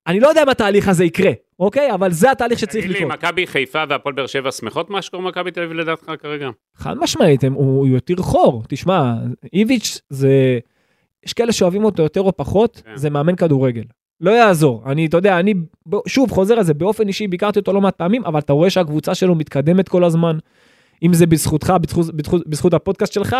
C: אני לא יודע אם התהליך הזה יקרה, אוקיי? אבל זה התהליך שצריך
B: תגיד לי,
C: לקרות.
B: מכבי חיפה והפועל באר שבע שמחות מה שקורה במכבי תל אביב לדעתך כרגע?
C: חד משמעית, הם- הוא הוא יותר חור. תשמע, איביץ' זה... יש כאלה שאוהבים אותו יותר או פחות,
B: כן.
C: זה מאמן כדורגל. לא יעזור. אני, אתה יודע, אני ב- שוב חוזר על זה, באופן אישי ביקרתי אותו לא מעט פעמים, אבל אתה רואה שהקבוצה שלו מתקדמת כל הזמן. אם זה בזכותך, בזכות, בזכות, בזכות הפודקאסט שלך,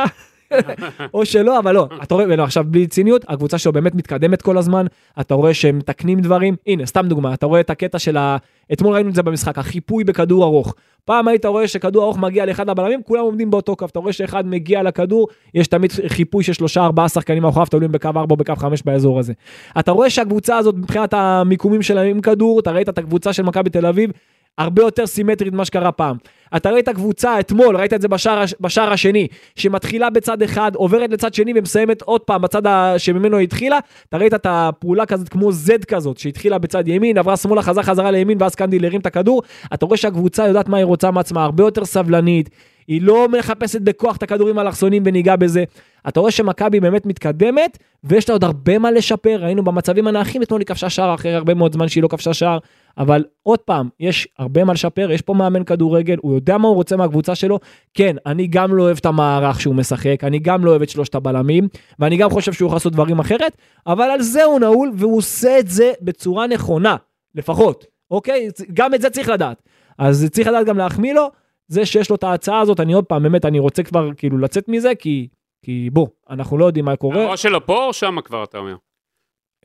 C: או שלא, אבל לא. אתה רואה, ולא, עכשיו בלי ציניות, הקבוצה שלו באמת מתקדמת כל הזמן, אתה רואה שהם מתקנים דברים. הנה, סתם דוגמה, אתה רואה את הקטע של ה... אתמול ראינו את זה במשחק, החיפוי בכדור ארוך. פעם היית רואה שכדור ארוך מגיע לאחד הבלמים, כולם עומדים באותו קו, אתה רואה שאחד מגיע לכדור, יש תמיד חיפוי של שלושה ארבעה שחקנים מאחוריו תלויים בקו ארבע או בקו חמש באזור הזה. אתה רואה שהקבוצה הזאת מבחינת המיקומים שלהם עם כדור, אתה ראית את הקבוצה של מכבי תל אביב, הרבה יותר סימטרית ממה שקרה פעם. אתה ראית קבוצה אתמול, ראית את זה בשער, הש- בשער השני, שמתחילה בצד אחד, עוברת לצד שני ומסיימת עוד פעם בצד ה... שממנו היא התחילה, אתה ראית את הפעולה כזאת כמו Z כזאת, שהתחילה בצד ימין, עברה שמאלה, חזרה חזרה לימין, ואז קנדיל הרים את הכדור, אתה רואה שהקבוצה יודעת מה היא רוצה מעצמה, הרבה יותר סבלנית, היא לא מחפשת בכוח את הכדורים האלכסונים וניגע בזה. אתה רואה שמכבי באמת מתקדמת, ויש לה עוד הרבה מה לשפר, ראינו במצבים הנייחים, אתמול היא כבשה שער אחרי הרבה מאוד זמן שהיא לא כבשה שער, אבל עוד פעם, יש הרבה מה לשפר, יש פה מאמן כדורגל, הוא יודע מה הוא רוצה מהקבוצה שלו. כן, אני גם לא אוהב את המערך שהוא משחק, אני גם לא אוהב את שלושת הבלמים, ואני גם חושב שהוא יכול לעשות דברים אחרת, אבל על זה הוא נעול, והוא עושה את זה בצורה נכונה, לפחות, אוקיי? צ- גם את זה צריך לדעת. אז צריך לדעת גם להחמיא לו, זה שיש לו את ההצעה הזאת, אני עוד פעם, באמת, אני רוצה כבר כאילו לצאת מזה, כי, כי בוא, אנחנו לא יודעים מה קורה,
B: הראש שלו פה או שם כבר אתה אומר?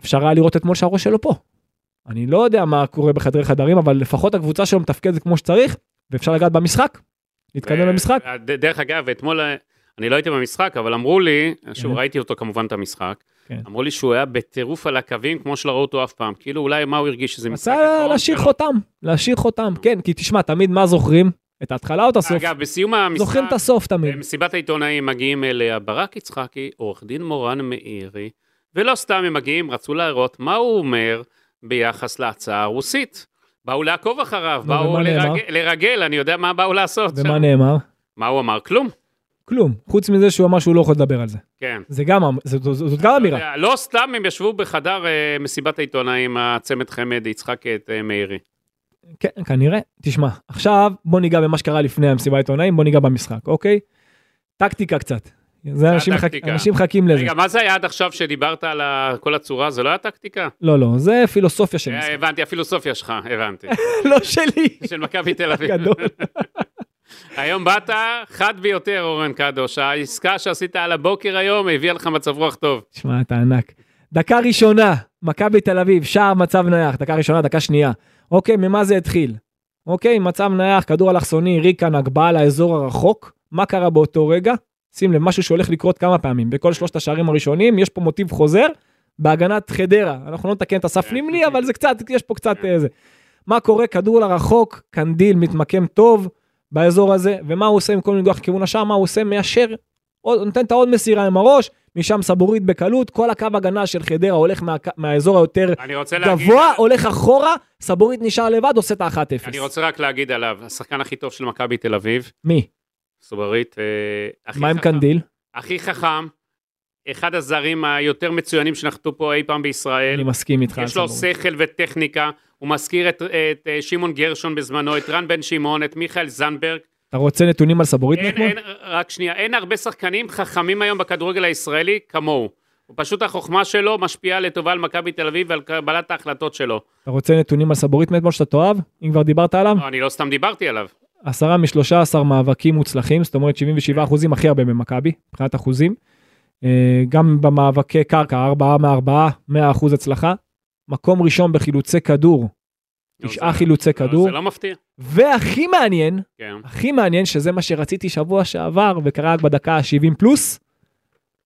C: אפשר היה לראות אתמול שהראש שלו פה. אני לא יודע מה קורה בחדרי חדרים, אבל לפחות הקבוצה שלו מתפקדת כמו שצריך, ואפשר לגעת במשחק, להתקדם
B: ו-
C: למשחק.
B: ד- דרך אגב, אתמול אה, אני לא הייתי במשחק, אבל אמרו לי, שוב
C: כן.
B: ראיתי אותו כמובן את המשחק,
C: כן.
B: אמרו לי שהוא היה בטירוף על הקווים כמו שלא ראו אותו אף פעם, כאילו אולי מה הוא הרגיש שזה משחק
C: רצה
B: אחרון
C: להשאיר
B: שלו.
C: חותם, להשאיר חותם, כן, כי תשמע, תמיד מה זוכרים? את ההתחלה או את הסוף?
B: אגב, בסיום המשחק,
C: זוכרים את הסוף תמיד.
B: במסיבת העיתונאים מגיעים אליה ברק יצחקי, עורך דין מורן מאירי, ולא סתם הם מגיעים, רצו להראות מה הוא אומר ביחס להצעה הרוסית. באו לעקוב אחריו,
C: נו,
B: באו
C: ומה נאמר?
B: לרגל, לרגל, אני יודע מה באו לעשות.
C: ומה
B: שם.
C: נאמר?
B: מה הוא אמר? כלום.
C: כלום, חוץ מזה שהוא אמר שהוא לא יכול לדבר על זה.
B: כן.
C: זה גם, אמ- זאת- זאת זאת גם אמירה.
B: לא סתם הם ישבו בחדר אה, מסיבת העיתונאים, הצמד חמד, יצחק את אה, מאירי.
C: כן, כנראה. תשמע, עכשיו בוא ניגע במה שקרה לפני המסיבת העיתונאים, בוא ניגע במשחק, אוקיי? טקטיקה קצת. זה אנשים מחכים-
B: הטקטיקה.
C: אנשים מחכים לזה.
B: אה, רגע, מה זה היה עד עכשיו שדיברת על ה- כל הצורה? זה לא היה טקטיקה?
C: לא, לא, זה פילוסופיה של
B: אה,
C: משחק.
B: הבנתי, הפילוסופיה שלך, הבנתי.
C: לא שלי.
B: של מכבי תל אביב.
C: גדול.
B: היום באת חד ביותר, אורן קדוש. העסקה שעשית על הבוקר היום הביאה לך מצב רוח טוב.
C: תשמע, אתה ענק. דקה ראשונה, מכבי תל אביב, שער מצב נייח, דקה ראשונה, דקה שנייה. אוקיי, ממה זה התחיל? אוקיי, מצב נייח, כדור אלכסוני, ריקן, הגבהה לאזור הרחוק, מה קרה באותו רגע? שים לב, משהו שהולך לקרות כמה פעמים. בכל שלושת השערים הראשונים יש פה מוטיב חוזר, בהגנת חדרה. אנחנו לא נתקן את הסף
B: כן.
C: נמלי, אבל זה קצת, יש פה קצת אה, זה. מה קורה? כדור לרחוק, קנדיל מתמקם טוב באזור הזה, ומה הוא עושה במקום לנגוח לכיוון השער? מה הוא עושה? מיישר, עוד- נותן את העוד מסירה עם הראש, משם סבורית בקלות, כל הקו הגנה של חדרה הולך מה, מהאזור היותר
B: אני רוצה להגיד...
C: גבוה, הולך אחורה, סבורית נשאר לבד, עושה את
B: אני
C: ה-1-0.
B: רוצה רק להגיד עליו, השחקן הכי טוב של מכבי תל אביב,
C: מי?
B: סוברית, אה, הכי
C: מה עם
B: חכם-
C: קנדיל?
B: הכי חכם, אחד הזרים היותר מצוינים שנחתו פה אי פעם בישראל.
C: אני מסכים איתך. על
B: יש לו
C: סבורית.
B: שכל וטכניקה, הוא מזכיר את, את אה, שמעון גרשון בזמנו, את רן בן שמעון, את מיכאל זנדברג.
C: אתה רוצה נתונים על סבורית
B: אין,
C: מאתמול?
B: אין, רק שנייה, אין הרבה שחקנים חכמים היום בכדורגל הישראלי כמוהו. הוא פשוט החוכמה שלו משפיעה לטובה על מכבי תל אביב ועל קבלת ההחלטות שלו.
C: אתה רוצה נתונים על סבורית מאתמול שאתה תאהב? אם כבר דיברת עליו?
B: לא, אני לא סתם דיברתי עליו.
C: עשרה משלושה עשר מאבקים מוצלחים, זאת אומרת 77 אחוזים הכי הרבה במכבי, מבחינת אחוזים. אה, גם במאבקי קרקע, ארבעה מארבעה, 100 אחוז הצלחה. מקום ראשון בחילוצי כדור, תשעה
B: לא, זה-
C: חילוצי
B: לא,
C: כדור.
B: זה לא מפתיע.
C: והכי מעניין,
B: כן.
C: הכי מעניין שזה מה שרציתי שבוע שעבר וקרה רק בדקה ה-70 פלוס.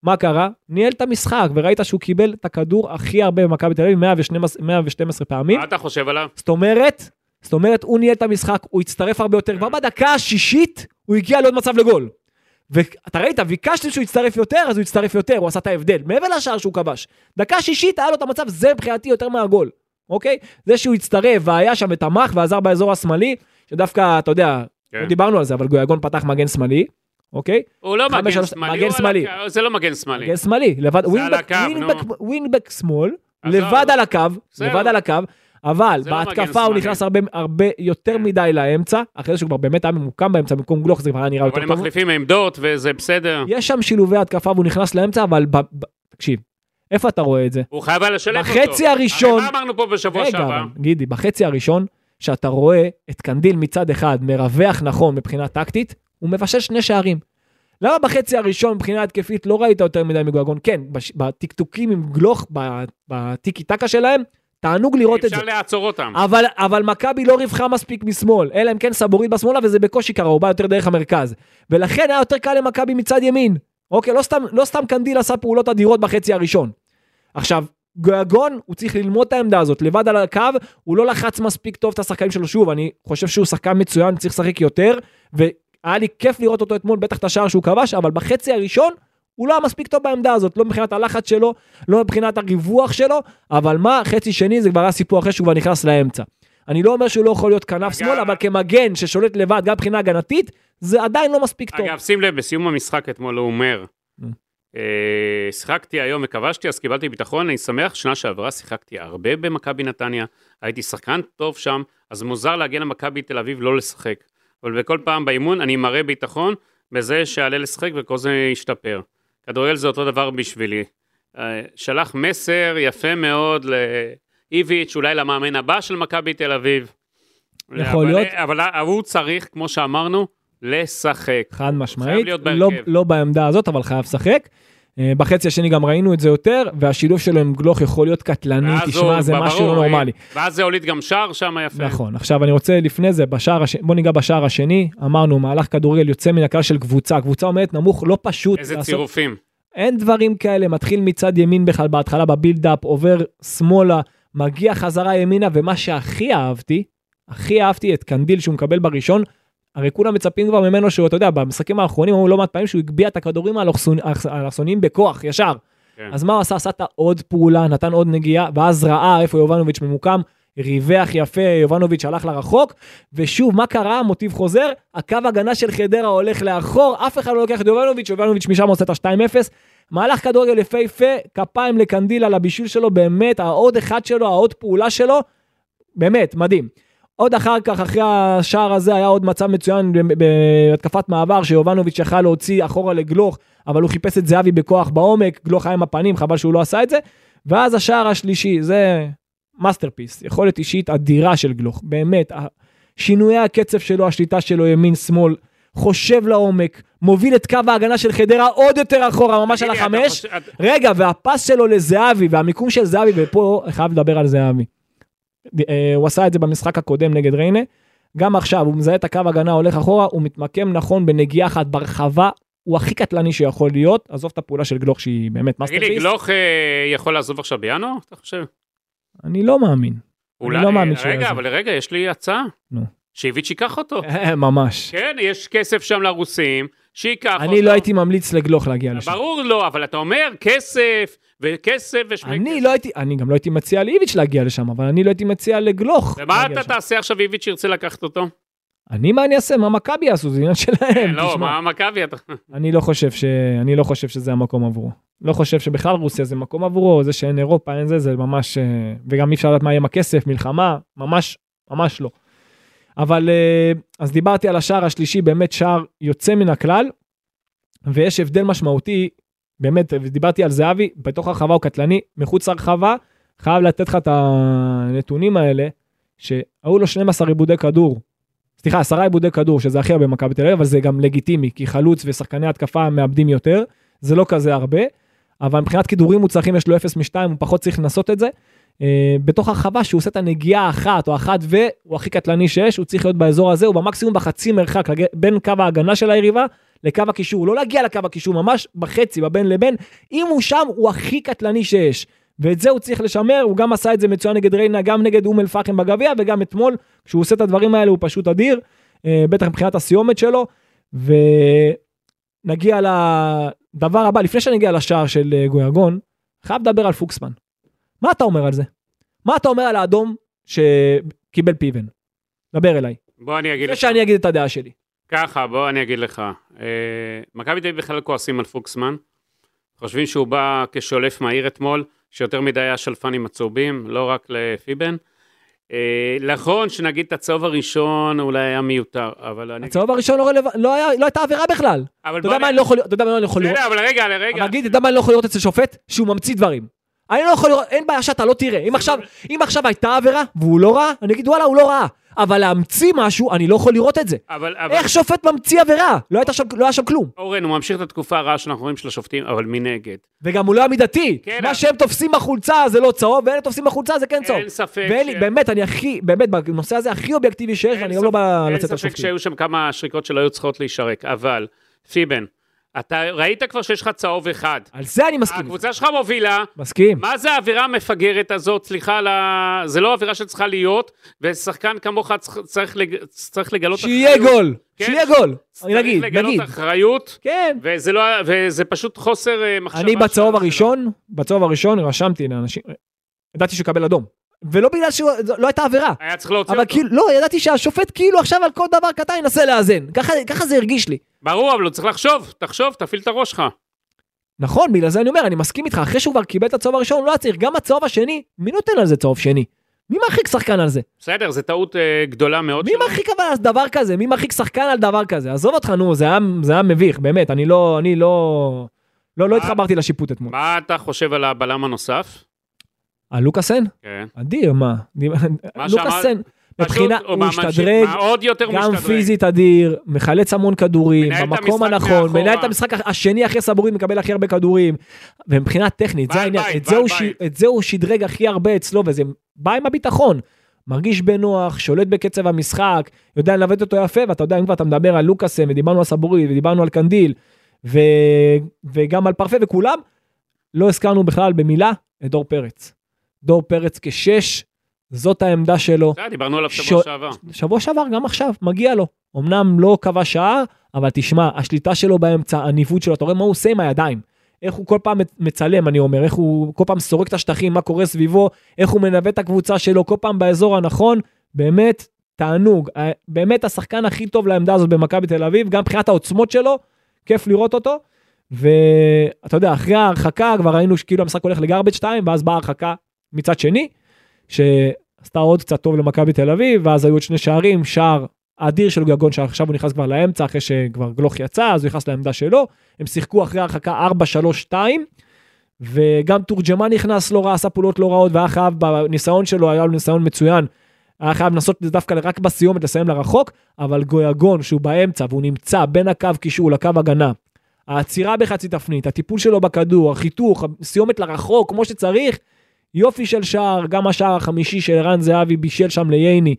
C: מה קרה? ניהל את המשחק וראית שהוא קיבל את הכדור הכי הרבה במכבי תל אביב 112, 112 פעמים.
B: מה אתה חושב עליו?
C: זאת אומרת, זאת אומרת, הוא ניהל את המשחק, הוא הצטרף הרבה יותר, כבר בדקה השישית הוא הגיע לעוד מצב לגול. ואתה ראית, ביקשתם שהוא יצטרף יותר, אז הוא יצטרף יותר, הוא עשה את ההבדל, מעבר לשער שהוא כבש. דקה שישית היה לו את המצב, זה מבחינתי יותר מהגול, אוקיי? זה שהוא הצטרף והיה שם ותמך ועזר באזור השמאלי, שדווקא, אתה יודע,
B: כן.
C: לא דיברנו על זה, אבל גויגון פתח מגן שמאלי, אוקיי?
B: הוא לא
C: חמש
B: מגן
C: שלוש-
B: שמאלי.
C: מגן
B: הוא על
C: שמאלי.
B: הקו, זה לא מגן שמאלי.
C: מגן שמאלי, לבד,
B: זה על
C: ווינבק,
B: הקו,
C: ווינבק, ווינבק שמאל,
B: עזוב.
C: לבד על הקו,
B: בסדר.
C: לבד על הקו, אבל
B: זה לא מגן
C: בהתקפה הוא
B: שמאלי. כן.
C: נכנס הרבה- הרבה יותר מדי לאמצע, אחרי זה שהוא כבר באמת היה ממוקם באמצע במקום גלוך, זה כבר היה נראה
B: אבל
C: יותר
B: הם
C: טוב.
B: מחליפים עמדות וזה בסדר.
C: יש שם שילובי התקפה והוא נכנס לאמצע, אבל ב- ב- תקשיב, איפה אתה רואה את זה?
B: הוא חייב היה לשלב אותו.
C: בחצי הראשון,
B: הרי מה אמרנו פה בשבוע
C: רגע,
B: שעבר?
C: אבל, גידי, בחצי הראשון, שאתה רואה את קנדיל מצד אחד מרווח נכון מבחינה טקטית, הוא מבשל שני שערים. למה בחצי הראשון מבחינה התקפית לא ראית יותר מדי מגואגון? כן, בש- בטקטוקים עם גלוך, ב- בטיקי טקה שלהם, תענוג לראות את זה.
B: אפשר לעצור אותם.
C: אבל, אבל מכבי לא רווחה מספיק משמאל, אלא אם כן סבורית בשמאלה וזה בקושי קרה, הוא בא יותר דרך המרכז. ולכן היה יותר קל למכבי מצד ימין. אוקיי, לא סתם, לא סתם קנדיל עשה פעולות אדירות בחצי הראשון. עכשיו, גויגון, הוא צריך ללמוד את העמדה הזאת, לבד על הקו, הוא לא לחץ מספיק טוב את השחקנים שלו. שוב, אני חושב שהוא שחקן מצוין, צריך לשחק יותר, והיה לי כיף לראות אותו אתמול, בטח את השער שהוא כבש, אבל בחצי הראשון, הוא לא היה מספיק טוב בעמדה הזאת, לא מבחינת הלחץ שלו, לא מבחינת הריווח שלו, אבל מה, חצי שני זה כבר היה סיפור אחר שהוא כבר נכנס לאמצע. אני לא אומר שהוא לא יכול להיות כנף שמאל, אבל כמגן ששולט לבד, גם מבחינה הגנתית, זה עדיין לא מספיק טוב.
B: אגב, שים לב, בסיום המשחק אתמול הוא אומר,
C: Mm.
B: "אה, שיחקתי היום וכבשתי, אז קיבלתי ביטחון, אני שמח, שנה שעברה שיחקתי הרבה במכבי נתניה, הייתי שחקן טוב שם, אז מוזר להגיע למכבי תל אביב לא לשחק. אבל בכל פעם באימון אני מראה ביטחון בזה שאעלה לשחק וכל זה ישתפר. כדורגל זה אותו דבר בשבילי. אה, שלח מסר יפה מאוד לאיביץ', אולי למאמן הבא של מכבי תל אביב.
C: יכול
B: אבל- אה,
C: להיות.
B: אבל הוא צריך, כמו שאמרנו, לשחק.
C: חד משמעית,
B: חייב להיות בהרכב.
C: לא, לא בעמדה הזאת, אבל חייב לשחק. אה, בחצי השני גם ראינו את זה יותר, והשילוב שלו עם גלוך יכול להיות קטלני,
B: ואז
C: תשמע,
B: הוא-
C: זה
B: ברור,
C: משהו לא
B: אה,
C: נורמלי.
B: ואז זה הוליד גם שער שם יפה.
C: נכון, עכשיו אני רוצה לפני זה, בשער השני, בוא ניגע בשער השני, אמרנו, מהלך כדורגל יוצא מן הכלל של קבוצה, קבוצה עומדת נמוך, לא פשוט.
B: איזה
C: לעשות-
B: צירופים.
C: אין דברים כאלה, מתחיל מצד ימין בכלל בהתחלה בבילדאפ, עובר שמאלה, מגיע חזרה ימינה, ומה שהכי אהבתי, הכי אהבתי את קנדיל שהוא מקבל בראשון, הרי כולם מצפים כבר ממנו שהוא, אתה יודע, במשחקים האחרונים היו לא מעט פעמים שהוא הגביה את הכדורים האלכסון- האלכס- האלכסוניים בכוח, ישר.
B: כן.
C: אז מה הוא עשה? עשה את העוד פעולה, נתן עוד נגיעה, ואז ראה איפה יובנוביץ' ממוקם, ריווח יפה, יובנוביץ' הלך לרחוק, ושוב, מה קרה? מוטיב חוזר, הקו הגנה של חדרה הולך לאחור, אף אחד לא לוקח את יובנוביץ', יובנוביץ' משם עושה את ה-2-0. מהלך כדורגל יפהפה, כפיים לקנדיל על הבישול שלו, באמת, העוד אחד שלו, העוד פעולה שלו, באמת, מדהים. עוד אחר כך, אחרי השער הזה, היה עוד מצב מצוין ב- בהתקפת מעבר, שיובנוביץ' יכל להוציא אחורה לגלוך, אבל הוא חיפש את זהבי בכוח בעומק, גלוך היה עם הפנים, חבל שהוא לא עשה את זה. ואז השער השלישי, זה מאסטרפיס, יכולת אישית אדירה של גלוך, באמת. ה- שינויי הקצב שלו, השליטה שלו, ימין, שמאל, חושב לעומק, מוביל את קו ההגנה של חדרה עוד יותר אחורה, ממש על
B: הנה, אתה
C: החמש.
B: חושב- אתה-
C: רגע, והפס שלו לזהבי, והמיקום של זהבי, ופה אני חייב לדבר על זהבי. אה, הוא עשה את זה במשחק הקודם נגד ריינה, גם עכשיו, הוא מזהה את הקו הגנה, הולך אחורה, הוא מתמקם נכון בנגיעה אחת ברחבה, הוא הכי קטלני שיכול להיות, עזוב את הפעולה של גלוך שהיא באמת
B: תגיד לי,
C: מאסטרפיסט,
B: גלוך אה, יכול לעזוב עכשיו בינואר? אתה חושב?
C: אני לא מאמין,
B: אולי-
C: לא מאמין שהוא
B: רגע,
C: יעזוב.
B: אבל רגע, יש לי הצעה.
C: נו.
B: שאיביץ' ייקח אותו.
C: אה, ממש.
B: כן, יש כסף שם לרוסים, שייקח אותו.
C: אני לא הייתי ממליץ לגלוך להגיע לשם.
B: ברור לא, אבל אתה אומר כסף, וכסף ושמי
C: אני לא הייתי, אני גם לא הייתי מציע לאיביץ' להגיע לשם, אבל אני לא הייתי מציע לגלוך.
B: ומה
C: להגיע
B: אתה
C: לשם.
B: תעשה עכשיו איביץ' ירצה לקחת אותו?
C: אני מה אני אעשה, מה מכבי יעשו, זה עניין שלהם.
B: לא,
C: כן,
B: מה
C: תשמע.
B: מכבי אתה...
C: אני לא חושב ש... אני לא חושב שזה המקום עבורו. לא חושב שבכלל רוסיה זה מקום עבורו, זה שאין אירופה, אין זה, זה ממש... אה, וגם אי אפשר לדעת מה יהיה עם הכסף, מלחמה, ממש, ממש לא. אבל אה, אז דיברתי על השער השלישי, באמת שער יוצא מן הכלל, ויש הבדל משמעותי, באמת, דיברתי על זהבי, בתוך הרחבה הוא קטלני, מחוץ לרחבה, חייב לתת לך את הנתונים האלה, שהיו לו 12 עיבודי כדור, סליחה, עשרה עיבודי כדור, שזה הכי הרבה במכבי תל אביב, אבל זה גם לגיטימי, כי חלוץ ושחקני התקפה מאבדים יותר, זה לא כזה הרבה, אבל מבחינת כידורים מוצלחים יש לו 0 מ-2, הוא פחות צריך לנסות את זה. אה, בתוך הרחבה שהוא עושה את הנגיעה האחת או אחת והוא הכי קטלני שיש, הוא צריך להיות באזור הזה, הוא במקסימום בחצי מרחק לג- בין קו ההגנה של היריבה לקו הקישור, לא להגיע לקו הקישור, ממש בחצי, בבין לבין, אם הוא שם, הוא הכי קטלני שיש. ואת זה הוא צריך לשמר, הוא גם עשה את זה מצוין נגד ריינה, גם נגד אום אל-פחם בגביע, וגם אתמול, כשהוא עושה את הדברים האלה הוא פשוט אדיר, אה, בטח מבחינת הסיומת שלו, ונגיע לדבר הבא, לפני שנגיע לשער של אה, גויגון, חייב לדבר על פוקסמן. מה אתה אומר על זה? מה אתה אומר על האדום שקיבל פיבן? דבר אליי,
B: בוא אני לא- אגיד
C: לפני
B: לך.
C: שאני אגיד את הדעה שלי.
B: ככה, בוא אני אגיד לך. אה, מכבי תל אביב בכלל כועסים על פוקסמן. חושבים שהוא בא כשולף מהיר אתמול, שיותר מדי היה שלפן עם הצהובים, לא רק לפיבן. אה, נכון שנגיד את הצהוב הראשון אולי היה מיותר, אבל אני...
C: הצהוב הראשון לא רלוונטי, לא היה- לא הייתה עבירה בכלל.
B: אבל
C: אתה יודע
B: בוא
C: מה אני לא יכול לראות? אתה יודע מה אני לא יכול לראות?
B: רגע, אבל רגע, רגע.
C: אבל נגיד, אתה יודע מה אני לא יכול לראות אצל שופט? שהוא ממציא דברים. אני לא יכול לראות, אין בעיה שאתה לא תראה. אם עכשיו, אם עכשיו הייתה עבירה והוא לא ראה, אני אגיד וואלה, הוא לא ראה. אבל להמציא משהו, אני לא יכול לראות את זה.
B: אבל, אבל...
C: איך שופט ממציא עבירה? לא הייתה שם, לא היה שם כלום.
B: אורן, הוא ממשיך את התקופה הרעה שאנחנו רואים של השופטים, אבל מנגד.
C: וגם הוא לא היה מידתי.
B: כן, אבל-
C: מה שהם תופסים בחולצה זה לא צהוב, ואלה תופסים בחולצה זה כן צהוב.
B: אין ספק
C: ואין לי,
B: ש-
C: באמת, אני הכי, באמת, בנושא הזה הכי אובייקטיבי שיש, ואני גם לא בא
B: אין
C: לצאת
B: ספק
C: לשופטים.
B: שהיו שם כמה שריקות שלא היו צריכות להישרק, אבל, פיבן, אתה ראית כבר שיש לך צהוב אחד.
C: על זה אני מסכים.
B: הקבוצה שלך מובילה,
C: מסכים.
B: אה, מה זה האווירה המפגרת הזאת? סליחה, על ה- זה לא אווירה שצריכה להיות, ושחקן כמוך צריך- צריך לג- צריך לגלות
C: שיהיה גול.
B: לא כן.
C: שיהיה גול. אני נגיד,
B: צריך לגלות
C: נגיד.
B: אחריות,
C: כן.
B: וזה לא- וזה פשוט חוסר אה, מחשבה.
C: אני בצהוב
B: של-
C: הראשון, בצהוב הראשון רשמתי לאנשים, ידעתי שהוא יקבל אדום. ולא בגלל שהוא, זו לא הייתה עבירה.
B: היה צריך להוציא
C: אבל
B: אותו.
C: כאילו, לא, ידעתי שהשופט כאילו עכשיו על כל דבר קטן ינסה לאזן. ככה, ככה זה הרגיש לי.
B: ברור, אבל הוא צריך לחשוב, תחשוב, תפעיל את הראש שלך.
C: נכון, בגלל זה אני אומר, אני מסכים איתך, אחרי שהוא כבר קיבל את הצהוב הראשון, הוא לא היה צריך, גם הצהוב השני, מי נותן על זה צהוב שני? מי מרחיק שחקן על זה?
B: בסדר, זו טעות אה, גדולה מאוד.
C: מי
B: שלו.
C: מרחיק אבל על דבר כזה? מי מרחיק שחקן על דבר כזה? עזוב אותך, נו, זה היה, זה היה מביך, באמת, אני לא, אני לא, לא, לא
B: מה?
C: התחברתי לשיפוט אתמול.
B: מה אתה חושב על הבלם הנוסף?
C: על לוקאסן?
B: כן.
C: אדיר, מה? לוקאסן, מבחינה,
B: פשוט,
C: הוא
B: מאמן ש-
C: השתדרג,
B: מה, עוד יותר
C: גם
B: משתדרג.
C: פיזית אדיר, מחלץ המון כדורים,
B: מנהל את
C: במקום
B: המשחק
C: הנכון,
B: מאחורה.
C: מנהל את המשחק השני אחרי סבורית, מקבל הכי הרבה כדורים. ומבחינה טכנית, זה
B: בעל
C: העניין,
B: בית,
C: את זה
B: בעל
C: הוא ש-
B: בית.
C: את זה הוא שדרג הכי הרבה אצלו, וזה בא עם הביטחון. מרגיש בנוח, שולט בקצב המשחק, יודע לנווט אותו יפה, ואתה יודע, אם כבר אתה מדבר על לוקאסם, ודיברנו על סבורית, ודיברנו על קנדיל, ו... וגם על פרפה וכולם, לא הזכרנו בכלל במילה את דור פרץ. דור פרץ כשש, זאת העמדה שלו.
B: בסדר, דיברנו עליו שבוע
C: ש-
B: שעבר.
C: שבוע שעבר, גם עכשיו, מגיע לו. אמנם לא קבע שעה, אבל תשמע, השליטה שלו באמצע, הניווט שלו, אתה רואה מה הוא עושה עם הידיים. איך הוא כל פעם מצלם, אני אומר, איך הוא כל פעם סורק את השטחים, מה קורה סביבו, איך הוא מנווט את הקבוצה שלו, כל פעם באזור הנכון, באמת, תענוג. אה, באמת השחקן הכי טוב לעמדה הזאת במכבי תל אביב, גם מבחינת העוצמות שלו, כיף לראות אותו. ואתה יודע, אחרי ההרחקה כבר ראינו שכאילו המשחק הולך לגרבג' 2, ואז באה הרחקה מצד שני, שעשתה עוד קצת טוב למכבי תל אביב, ואז היו עוד שני שערים, שער אדיר של גגון, שעכשיו הוא נכנס כבר לאמצע, אחרי שכבר גלוך יצא, אז הוא נכנס לעמדה שלו. הם שיחקו אחרי ההרחקה 4-3-2, וגם תורג'מן נכנס לא רע, עשה פעולות לא רעות, והיה חייב בניסיון שלו, היה לו ניסיון מצוין היה חייב לנסות דווקא רק בסיומת לסיים לרחוק, אבל גויגון שהוא באמצע והוא נמצא בין הקו קישור לקו הגנה, העצירה בחצי תפנית, הטיפול שלו בכדור, החיתוך, הסיומת לרחוק כמו שצריך, יופי של שער, גם השער החמישי של ערן זהבי בישל שם לייני.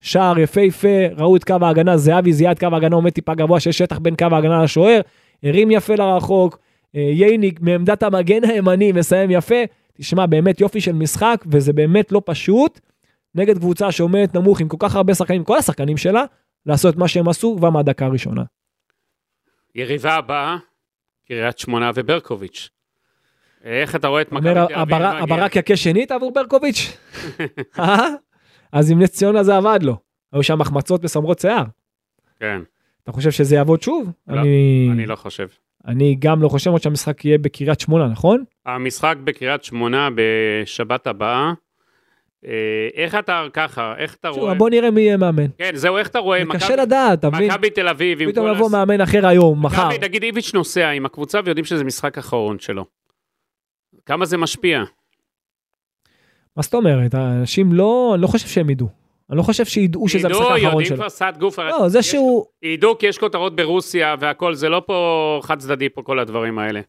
C: שער יפהפה, ראו את קו ההגנה, זהבי זיהה את קו ההגנה עומד טיפה גבוה, שיש שטח בין קו ההגנה לשוער, הרים יפה לרחוק, אה, ייניק מעמדת המגן הימני מסיים יפה. תשמע, באמת יופי של משחק, וזה באמת לא פשוט נגד קבוצה שעומדת נמוך עם כל כך הרבה שחקנים, כל השחקנים שלה, לעשות מה שהם עשו כבר מהדקה הראשונה.
B: יריבה הבאה, קריית שמונה וברקוביץ'. איך אתה רואה את מכבי תל
C: אומר,
B: אביב?
C: הברק-
B: מגיע?
C: הברק יכה שנית עבור ברקוביץ'? אה? אז עם נס ציונה זה עבד לו. היו שם החמצות מסמרות שיער.
B: כן,
C: אתה חושב שזה יעבוד שוב?
B: לא,
C: אני,
B: אני לא חושב.
C: אני גם לא חושב עוד שהמשחק יהיה בקריית שמונה, נכון?
B: המשחק בקריית שמונה בשבת הבאה, אה, איך אתה ככה, איך אתה
C: שוב,
B: רואה?
C: בוא נראה מי יהיה מאמן.
B: כן, זהו, איך אתה רואה?
C: זה קשה
B: מכבי-
C: לדעת, אתה מבין?
B: מכבי תל אביב, עם
C: פתאום
B: כל
C: יבוא
B: הס-
C: מאמן אחר היום, מחר.
B: מכבי, נגיד איביץ' נוסע עם הקבוצה ויודעים שזה משחק אחרון שלו. כמה זה משפיע?
C: מה זאת אומרת? האנשים לא, אני לא חושב שהם ידעו. אני לא חושב שידעו שזה
B: ידעו,
C: המשחק האחרון
B: יודעים
C: שלו.
B: כבר סעד גוף.
C: לא, זה
B: יש-
C: שהוא...
B: ידעו כי יש כותרות ברוסיה והכל, זה לא פה חד צדדי פה כל הדברים האלה.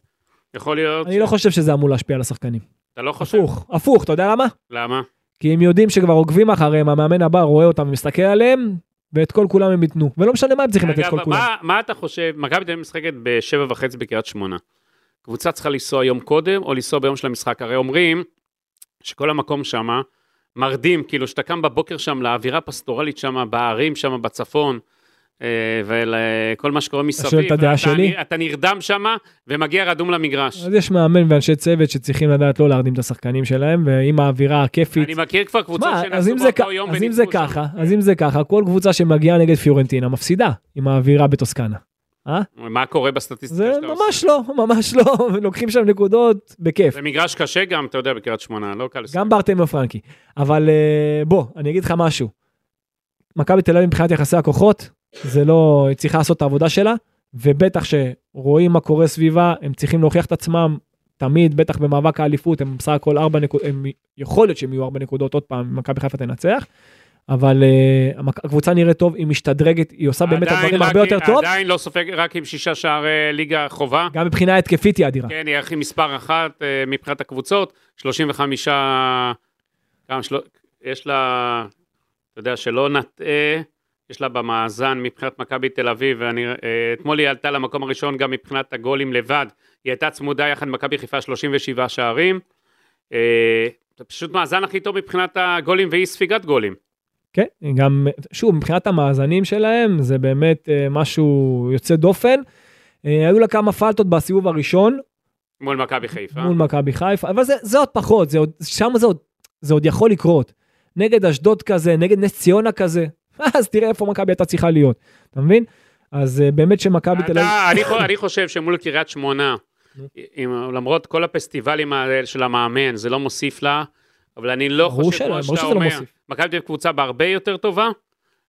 B: יכול להיות,
C: אני לא חושב שזה אמור להשפיע על השחקנים.
B: אתה לא חושב?
C: הפוך, הפוך, אתה יודע למה?
B: למה?
C: כי הם יודעים שכבר עוקבים אחריהם, המאמן הבא רואה אותם ומסתכל עליהם, ואת כל כולם הם ייתנו. ולא משנה מה הם צריכים לתת את כל
B: אגב,
C: כולם.
B: מה- מה אתה חושב, מכבי תל אביב משחקת בשבע וחצי בקריית שמונה. קבוצה צריכה לנסוע יום קודם, או לנסוע ביום של המשחק. הרי אומרים שכל המקום שמה מרדים, כאילו שאתה קם בבוקר שם לאווירה הפסטורלית שמה, בערים שמה, בצפון, אה, ולכל מה שקורה מסביב.
C: שואל את הדעה
B: ואתה
C: שלי?
B: נ- אתה נרדם שמה, ומגיע רדום למגרש.
C: אז יש מאמן ואנשי צוות שצריכים לדעת לא להרדים את השחקנים שלהם, ועם האווירה הכיפית.
B: אני מכיר כבר קבוצות
C: שמע, אז
B: שנסעו
C: אם זה
B: באותו
C: כ-
B: יום
C: אז אם זה
B: וניצחו שם. כן.
C: ככה, אז אם זה ככה, כל קבוצה שמגיעה נגד פיורנטינה מפסידה עם האווירה בטוסקנה.
B: מה קורה בסטטיסטיקה
C: זה
B: שאתה עושה?
C: ממש לא, ממש לא, לוקחים שם נקודות בכיף.
B: זה מגרש קשה גם, אתה יודע, בקריית שמונה, לא קל לסיים.
C: גם בארטמיו פרנקי. אבל אה, בוא, אני אגיד לך משהו. מכבי תל אביב מבחינת יחסי הכוחות, זה לא, היא צריכה לעשות את העבודה שלה, ובטח שרואים מה קורה סביבה, הם צריכים להוכיח את עצמם תמיד, בטח במאבק האליפות, הם בסך הכל ארבע נקודות, יכול להיות שהם יהיו ארבע נקודות עוד פעם, אם מכבי חיפה תנצח, אבל אה, המק- הקבוצה נראית טוב, היא משתדרגת, היא עושה באמת את
B: עדיין
C: הדברים
B: רק-
C: הרבה יותר טוב,
B: עדיין לא סופג, רק עם שישה שערי ליגה חובה.
C: גם מבחינה התקפית היא אדירה.
B: כן, היא הכי מספר אחת אה, מבחינת הקבוצות, 35... כמה של... יש לה, אתה יודע, שלא נטעה, יש לה במאזן מבחינת מכבי תל אביב, ואני... אה, אתמול היא עלתה למקום הראשון גם מבחינת הגולים לבד, היא הייתה צמודה יחד עם מכבי חיפה 37 שערים. אה, זה פשוט מאזן הכי טוב מבחינת הגולים ואי ספיגת גולים.
C: כן, גם, שוב, מבחינת המאזנים שלהם, זה באמת אה, משהו יוצא דופן. אה, היו לה כמה פלטות בסיבוב הראשון,
B: מול מכבי חיפה.
C: מול מכבי חיפה, אבל זה, זה עוד פחות, זה עוד, שם זה עוד, זה עוד יכול לקרות. נגד אשדוד כזה, נגד נס ציונה כזה, אז תראה איפה מכבי הייתה צריכה להיות, אתה מבין? אז אה, באמת שמכבי תל אביב...
B: אתה- אני חו- אני חושב שמול קריית שמונה,
C: נו.
B: עם- למרות כל הפסטיבלים האלה של המאמן, זה לא מוסיף לה, אבל אני לא
C: ברור
B: חושב,
C: שלא,
B: כמו
C: ברור
B: שאתה
C: שזה לא
B: אומר,
C: מוסיף.
B: מכבי תל אביב קבוצה בהרבה יותר טובה,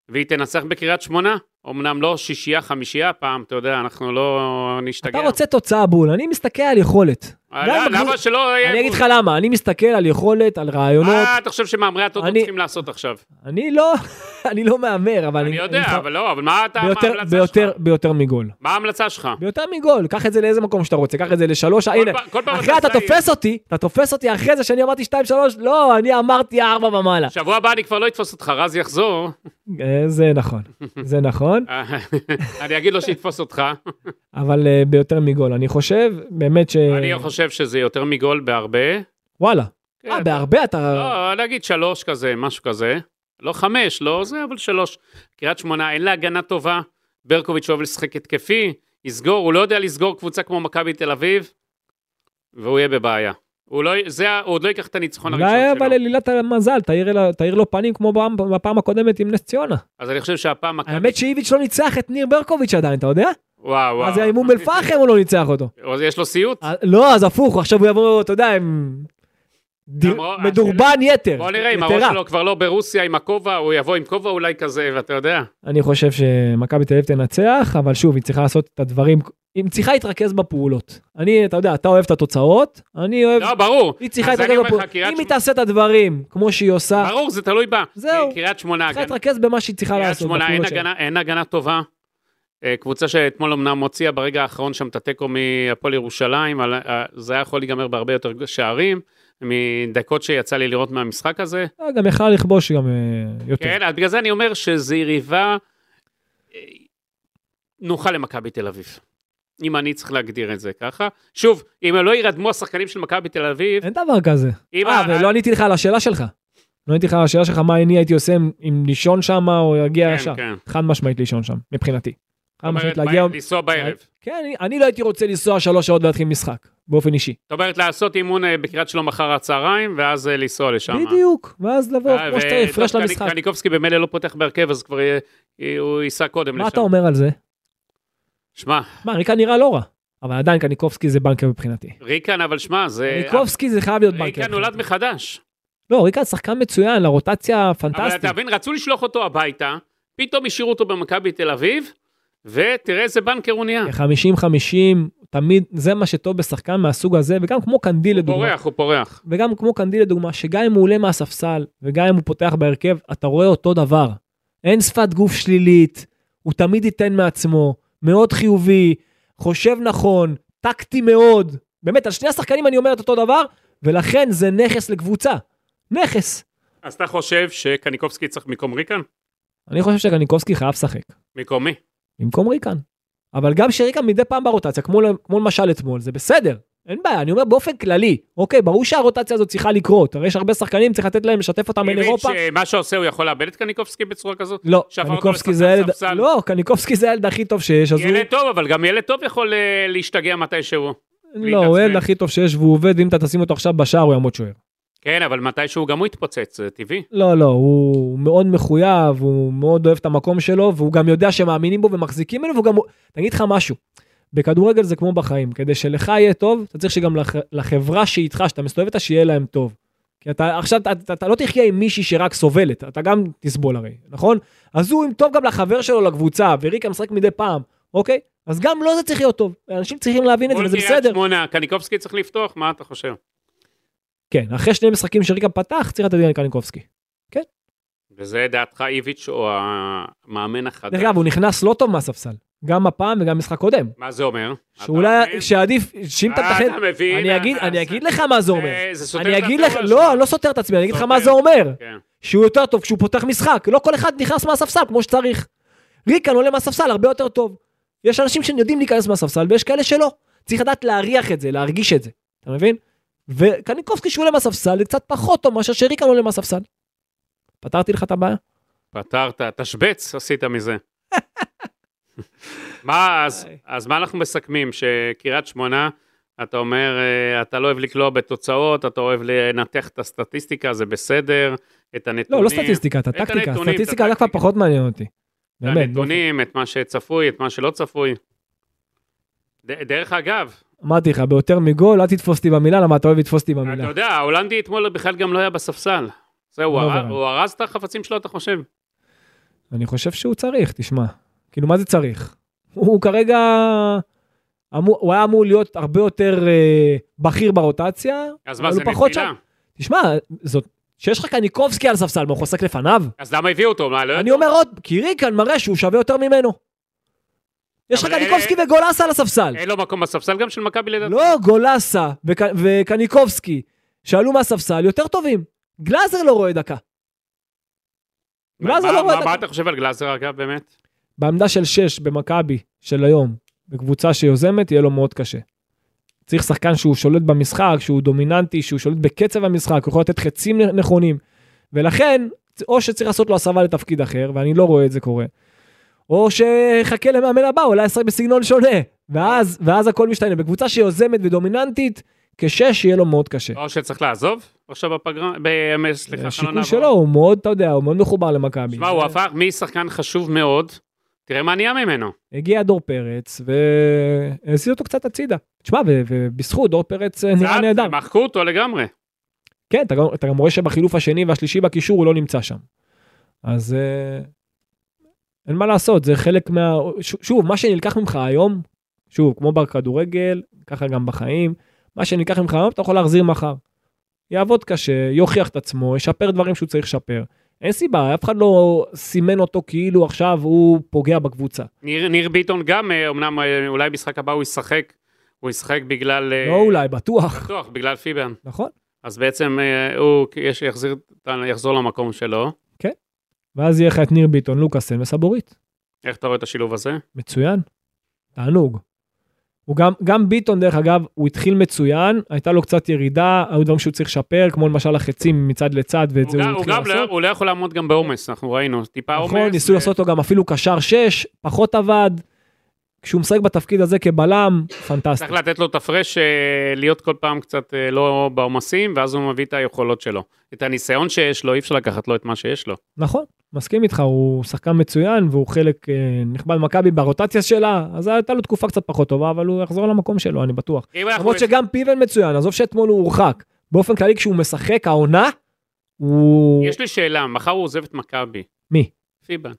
B: והיא תנצח בקריית שמונה, אמנם לא שישייה, חמישייה פעם, אתה יודע, אנחנו לא נשתגע.
C: אתה רוצה תוצאה בול, אני מסתכל על יכולת.
B: אה,
C: גם
B: לא,
C: בקבוצ-
B: למה שלא יהיה...
C: אני אגיד לך
B: גול?
C: למה, אני מסתכל על יכולת, על רעיונות,
B: מה אתה חושב שמאמרי הטוטו
C: אני-
B: צריכים לעשות עכשיו?
C: אני לא, אני לא מהמר, אבל
B: אני יודע,
C: חי-
B: אבל לא, אבל מה אתה- מה
C: ביותר,
B: ההמלצה
C: ביותר,
B: שלך?
C: ביותר מגול.
B: מה ההמלצה שלך?
C: ביותר מגול, קח את זה לאיזה מקום שאתה רוצה, קח את זה לשלוש, הנה,
B: פעם- כל פעם
C: אחרי אתה
B: צעיר.
C: תופס אותי, אתה תופס אותי אחרי זה שאני אמרתי שתיים שלוש, לא, אני אמרתי ארבע ומעלה.
B: שבוע הבא אני כבר לא אתפוס אותך, רז יחזור. אה,
C: אה, זה נכון, זה נכון,
B: אני אגיד לו שיתפוס אותך.
C: אבל אה, ביותר מגול, אני חושב, באמת ש...
B: אני חושב שזה יותר מגול בהרבה.
C: וואלה.
B: כן,
C: אה, בהרבה אתה...
B: לא, נגיד שלוש כזה, משהו כזה. לא חמש, לא זה, אבל שלוש. קריית שמונה, אין לה הגנה טובה. ברקוביץ' אוהב לשחק התקפי, יסגור, הוא לא יודע לסגור קבוצה כמו מכבי תל אביב, והוא יהיה בבעיה. הוא לא, זה, ה- הוא עוד לא ייקח את הניצחון הראשון
C: אולי
B: שלו.
C: אבל אלילת המזל, תאיר אל ה- תאיר לו פנים כמו פעם- בפעם הקודמת עם נס ציונה.
B: אז אני חושב שהפעם מכבי...
C: האמת שאיביץ' לא ניצח את ניר ברקוביץ' עדיין, אתה יודע?
B: וואו, וואו.
C: אז היה עם אום אל-פחם הוא לא ניצח אותו.
B: אז יש לו סיוט?
C: אה, לא, אז הפוך, עכשיו הוא יבוא, אתה יודע, עם... דיר-
B: למרות-
C: מדורבן יתר.
B: אה, בוא נראה אם הראש
C: יתרה.
B: שלו כבר לא ברוסיה עם הכובע, הוא יבוא עם כובע אולי כזה, ואתה יודע.
C: אני חושב שמכבי תל אביב תנצח, אבל שוב, היא צריכה לעשות את הדברים, היא צריכה להתרכז בפעולות. אני, אתה יודע, אתה אוהב את התוצאות, אני אוהב...
B: לא, ברור.
C: היא צריכה
B: אז אני
C: להתרכז
B: אומר לך,
C: בפעולות.
B: קריית
C: אם היא
B: שמונה-
C: תעשה את הדברים כמו שהיא עושה,
B: ברור, זה תלוי בה.
C: אה, זהו.
B: קריית שמונה,
C: צריכה
B: הגנה-
C: להתרכז במה שהיא צריכה
B: קריית
C: לעשות.
B: שמונה, אין
C: בפעולות שלה.
B: הגנה- אין הגנה טובה. אה, קבוצה שאתמול אמנם הוציאה ברגע האחרון שם את התיקו מהפועל ירושלים, אבל, אה, זה היה יכול להיגמר בהרבה יותר שערים, מדקות שיצא לי לראות מהמשחק הזה.
C: אה, גם יכלה לכבוש גם אה, יותר.
B: כן, אז בגלל זה אני אומר שזו יריבה אה, נוחה למכבי תל אביב. אם אני צריך להגדיר את זה ככה. שוב, אם לא יירדמו השחקנים של מכבי תל אביב,
C: אין דבר כזה.
B: אם
C: אה,
B: ה-
C: ולא עניתי לך על השאלה שלך. לא עניתי לך על השאלה שלך, מה אני הייתי עושה אם- אם לישון שם או
B: כן,
C: להגיע ישר.
B: כן.
C: חד משמעית לישון שם, מבחינתי. חד
B: זאת
C: משמעית
B: אומרת,
C: להגיע...
B: בערב, לנסוע בערב.
C: כן, אני- אני לא הייתי רוצה לנסוע שלוש שעות ולהתחיל משחק, באופן אישי.
B: זאת אומרת, לעשות אימון אה, בקריית שלום אחר הצהריים, ואז אה, לנסוע לשם.
C: בדיוק, ואז לבוא,
B: אה,
C: כמו שאתה הפרש
B: ודווקא
C: למשחק.
B: קניקובסקי במילא לא פותח בהרכב, אז כבר יהיה- הוא ייסע קודם לשם.
C: מה אתה אומר על זה?
B: שמע,
C: מה, ריקה נראה לא רע, אבל עדיין קניקובסקי זה בנקר מבחינתי.
B: ריקן, אבל שמע, זה...
C: קניקובסקי זה חייב להיות בנקר.
B: אה, ריקן נולד
C: מבחינתי.
B: מחדש.
C: לא, ריקה שחקן מצוין, לרוטציה
B: אבל אתה
C: פנטסטית.
B: מבין, רצו לשלוח אותו הביתה, פתאום השאירו אותו במכבי תל אביב, ותראה איזה בנקר הוא נהיה.
C: 50-50, תמיד, זה מה שטוב בשחקן מהסוג הזה, וגם כמו קנדיל
B: הוא
C: לדוגמה.
B: פורח, הוא פורח.
C: וגם כמו קנדיל לדוגמה, שגם אם הוא עולה מהספסל, וגם אם הוא פותח בהרכב, אתה רואה אותו דבר. אין שפת גוף שלילית, הוא תמיד ייתן מעצמו, מאוד חיובי, חושב נכון, טקטי מאוד. באמת, על שני השחקנים אני אומר את אותו דבר, ולכן זה נכס לקבוצה. נכס.
B: אז אתה חושב שקניקובסקי צריך במקום ריקן?
C: אני חושב שקניקובסקי חייב לשחק,
B: במקום מי?
C: במקום ריקן. אבל גם שריקן מדי פעם ברוטציה, כמו, ל- כמו למשל אתמול, זה בסדר. אין בעיה, אני אומר באופן כללי, אוקיי, ברור שהרוטציה הזאת צריכה לקרות, הרי יש הרבה שחקנים, צריך לתת להם, לשתף אותם בין אירופה.
B: איביץ', אה, מה שעושה, הוא יכול לאבד את קניקובסקי בצורה כזאת?
C: לא,
B: שעבר אותו
C: קניקובסקי זה
B: לשחקן
C: הילד,
B: ספסל.
C: לא, קניקובסקי זה הילד הכי טוב שיש, אז הוא,
B: ילד טוב, אבל גם ילד טוב יכול אה, להשתגע מתישהו.
C: לא, הוא הילד
B: להתעצבן.
C: הכי טוב שיש והוא עובד, ואם אתה תשים אותו עכשיו בשער הוא יעמוד שוער.
B: כן, אבל מתישהו גם הוא יתפוצץ, זה טבעי.
C: לא, לא, הוא מאוד מחויב, הוא מאוד אוהב את המקום שלו, והוא גם יודע שמאמינים בו ומחזיקים ממנו, והוא גם, אני אגיד לך משהו, בכדורגל זה כמו בחיים, כדי שלך יהיה טוב, אתה צריך שגם לח... לחברה שאיתך, שאתה מסתובב איתה, שיהיה להם טוב. כי אתה עכשיו, אתה, אתה, אתה לא תחיה עם מישהי שרק סובלת, אתה גם תסבול הרי, נכון? אז הוא, אם טוב גם לחבר שלו, לקבוצה, וריקה משחק מדי פעם, אוקיי? אז גם לו זה צריך להיות טוב, אנשים צריכים להבין את זה,
B: מול
C: וזה
B: קריית
C: בסדר.
B: שמונה, קניקובסקי צריך לפתוח, מה אתה חושב?
C: כן, אחרי שני משחקים שריקה פתח, צריך לתת דין לקניקובסקי.
B: וזה דעתך איביץ' או המאמן החדש.
C: דרך אגב, הוא נכנס לא טוב מהספסל, גם הפעם וגם משחק קודם.
B: מה זה אומר? אתה
C: שאולי,
B: מבין?
C: שעדיף, שאם אתה
B: אה,
C: מתכנן,
B: אתה מבין?
C: אני אגיד,
B: אה,
C: אני
B: זה-
C: אגיד לך מה זה אומר.
B: אה, זה סותר
C: אני
B: את
C: אגיד לך,
B: התיאוריה שלך.
C: לא, אני לא סותר את עצמי, אני אגיד לך מה
B: סותר.
C: זה אומר.
B: כן.
C: שהוא יותר טוב כשהוא פותח משחק, לא כל אחד נכנס מהספסל כמו שצריך. ריקן עולה מהספסל הרבה יותר טוב. יש אנשים שיודעים להיכנס מהספסל ויש כאלה שלא. צריך לדעת להריח את זה, להרגיש את זה, אתה מבין? וקניקובסקי שהוא עולה מהספסל זה קצת פחות טוב מאשר שריקן עולה מהספסל. פתרתי לך את הבעיה?
B: פתרת, תשבץ עשית מזה. מה אז,
C: איי.
B: אז מה אנחנו מסכמים? שקריית שמונה, אתה אומר, אה, אתה לא אוהב לקלוע בתוצאות, אתה אוהב לנתח את הסטטיסטיקה, זה בסדר, את הנתונים.
C: לא, לא סטטיסטיקה, את הטקטיקה.
B: הנתונים, את
C: סטטיסטיקה זה כבר
B: הטקטיקה.
C: פחות מעניין אותי.
B: את
C: באמת.
B: הנתונים, את מה שצפוי, את מה שלא צפוי. ד- דרך אגב,
C: אמרתי לך, ביותר מגול, אל תתפוס אותי במילה, למה אתה אוהב לתפוס אותי
B: אתה
C: במילה.
B: יודע, ההולנדי אתמול בכלל גם לא היה בספסל. זהו, הוא
C: לא
B: הר-
C: ברור.
B: הוא הרס את החפצים שלו, אתה חושב?
C: אני חושב שהוא צריך, תשמע. כאילו, מה זה צריך? הוא כרגע... אמור, הוא היה אמור להיות הרבה יותר אה, בכיר ברוטציה.
B: אז
C: אבל
B: מה, זה
C: הוא פחות
B: נפילה?
C: שם. תשמע, זאת... שיש לך קניקובסקי על ספסל, מה, הוא חוסק לפניו?
B: אז למה הביאו אותו? מה, לא
C: אני אומר עוד, כי ריקן מראה שהוא שווה יותר ממנו. יש לך
B: אבל אלה-
C: קניקובסקי וגולסה על הספסל.
B: אין לו מקום בספסל גם של מכבי לדעתי?
C: לא, גולסה וק- וקניקובסקי, שעלו מהספסל, יותר טובים. גלאזר לא רואה דקה.
B: מה-
C: גלאזר
B: מה-
C: לא רואה
B: מה-
C: את
B: מה
C: הכ-
B: אתה חושב על גלאזר אגב באמת?
C: בעמדה של 6 במכבי של היום, בקבוצה שיוזמת, יהיה לו מאוד קשה. צריך שחקן שהוא שולט במשחק, שהוא דומיננטי, שהוא שולט בקצב המשחק, הוא יכול לתת חצים נכונים. ולכן, או שצריך לעשות לו הסבה לתפקיד אחר, ואני לא רואה את זה קורה, או שחכה למאמן הבא, אולי ישחק בסגנון שונה. ואז, ואז הכל משתנה. בקבוצה שיוזמת ודומיננטית, כשש יהיה לו מאוד קשה.
B: או שצריך לעזוב עכשיו בפגרה? ב-
C: כן.
B: אמ,
C: זה
B: סליחה, אוקיי, חלון
C: השיקול
B: העברות.
C: שלו, הוא מאוד, אתה יודע, הוא מאוד מחובר למכבי.
B: שמע, הוא הפך משחקן חשוב מאוד, תראה מה נהיה ממנו.
C: הגיע דור פרץ והזיז אותו קצת הצידה. תשמע, ו- ובזכות דור פרץ אה, נראה
B: קצת,
C: נהדר.
B: מחקו אותו לגמרי.
C: כן, אתה גם, אתה גם רואה שבחילוף השני והשלישי בקישור הוא לא נמצא שם. אז אה, אין מה לעשות, זה חלק מה... ש- שוב, מה שנלקח ממך היום, שוב, כמו בכדורגל, ככה גם בחיים, מה שניקח ממך היום, אתה יכול להחזיר מחר. יעבוד קשה, יוכיח את עצמו, ישפר דברים שהוא צריך לשפר. אין סיבה, אף אחד לא סימן אותו כאילו עכשיו הוא פוגע בקבוצה.
B: ניר, ניר ביטון גם, אה, אמנם אה, אולי משחק הבא הוא ישחק, הוא ישחק בגלל... אה,
C: לא אולי, בטוח.
B: בטוח, בגלל פיבן.
C: נכון?
B: אז בעצם אה, הוא יש, יחזיר, יחזור למקום שלו.
C: ואז יהיה לך את ניר ביטון, לוקאסן וסבורית.
B: איך אתה רואה את השילוב הזה?
C: מצוין, תענוג. הוא גם, גם ביטון, דרך אגב, הוא התחיל מצוין, הייתה לו קצת ירידה, היו דברים שהוא צריך לשפר, כמו למשל החצים מצד לצד, ואת
B: הוא
C: זה הוא
B: גם- הוא
C: התחיל
B: גם לא-
C: לעשות.
B: הוא לא יכול לעמוד גם בעומס, אנחנו ראינו, טיפה עומס. אה,
C: נכון, ניסו
B: ו-
C: לעשות אותו גם אפילו קשר 6, פחות עבד. כשהוא משחק בתפקיד הזה כבלם, פנטסטי.
B: צריך לתת לו את הפרש, אה, להיות כל פעם קצת אה, לא בעומסים, ואז הוא מביא את היכולות שלו. את הניסיון שיש לו, אי אפשר לקחת לו את מה שיש לו.
C: נכון, מסכים איתך, הוא שחקן מצוין והוא חלק אה, נכבד במכבי ברוטציה שלה, אז הייתה לו תקופה קצת פחות טובה, אבל הוא יחזור למקום שלו, אני בטוח.
B: אם אנחנו-
C: למרות שגם פיבן מצוין, עזוב שאתמול הוא הורחק. באופן כללי, כשהוא משחק, העונה, הוא...
B: יש לי שאלה, מחר הוא עוזב את מכבי.
C: מי?
B: פיבן.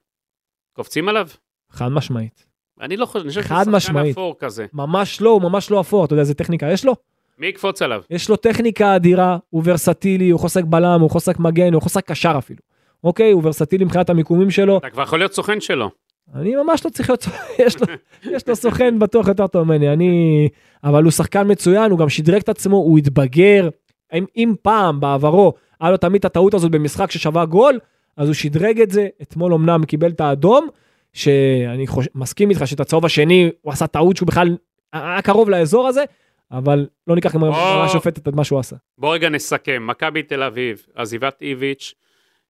B: קופצים עליו?
C: חד משמעית.
B: אני לא חושב, אני חושב
C: חד
B: שהוא שחקן
C: משמעית.
B: אפור כזה.
C: ממש לא, הוא ממש לא אפור, אתה יודע איזה טכניקה יש לו?
B: מי יקפוץ עליו?
C: יש לו טכניקה אדירה, הוא ורסטילי, הוא חוסק בלם, הוא חוסק מגן, הוא חוסק קשר אפילו. אוקיי, הוא ורסטילי מבחינת המיקומים שלו.
B: אתה כבר יכול להיות סוכן שלו.
C: אני ממש לא צריך להיות, יש, לו, יש לו סוכן בטוח יותר טוב ממני, אני... אבל הוא שחקן מצוין, הוא גם שדרג את עצמו, הוא התבגר. אם, אם פעם בעברו היה לו תמיד את הטעות הזאת במשחק ששווה גול, אז הוא שדרג את זה, אתמול אמנם קיבל את האדום, שאני חוש... מסכים איתך שאת הצהוב השני, הוא עשה טעות שהוא בכלל היה קרוב לאזור הזה, אבל לא ניקח עם
B: או.
C: השופטת את מה שהוא עשה.
B: בוא רגע נסכם, מכבי תל אביב, עזיבת איביץ',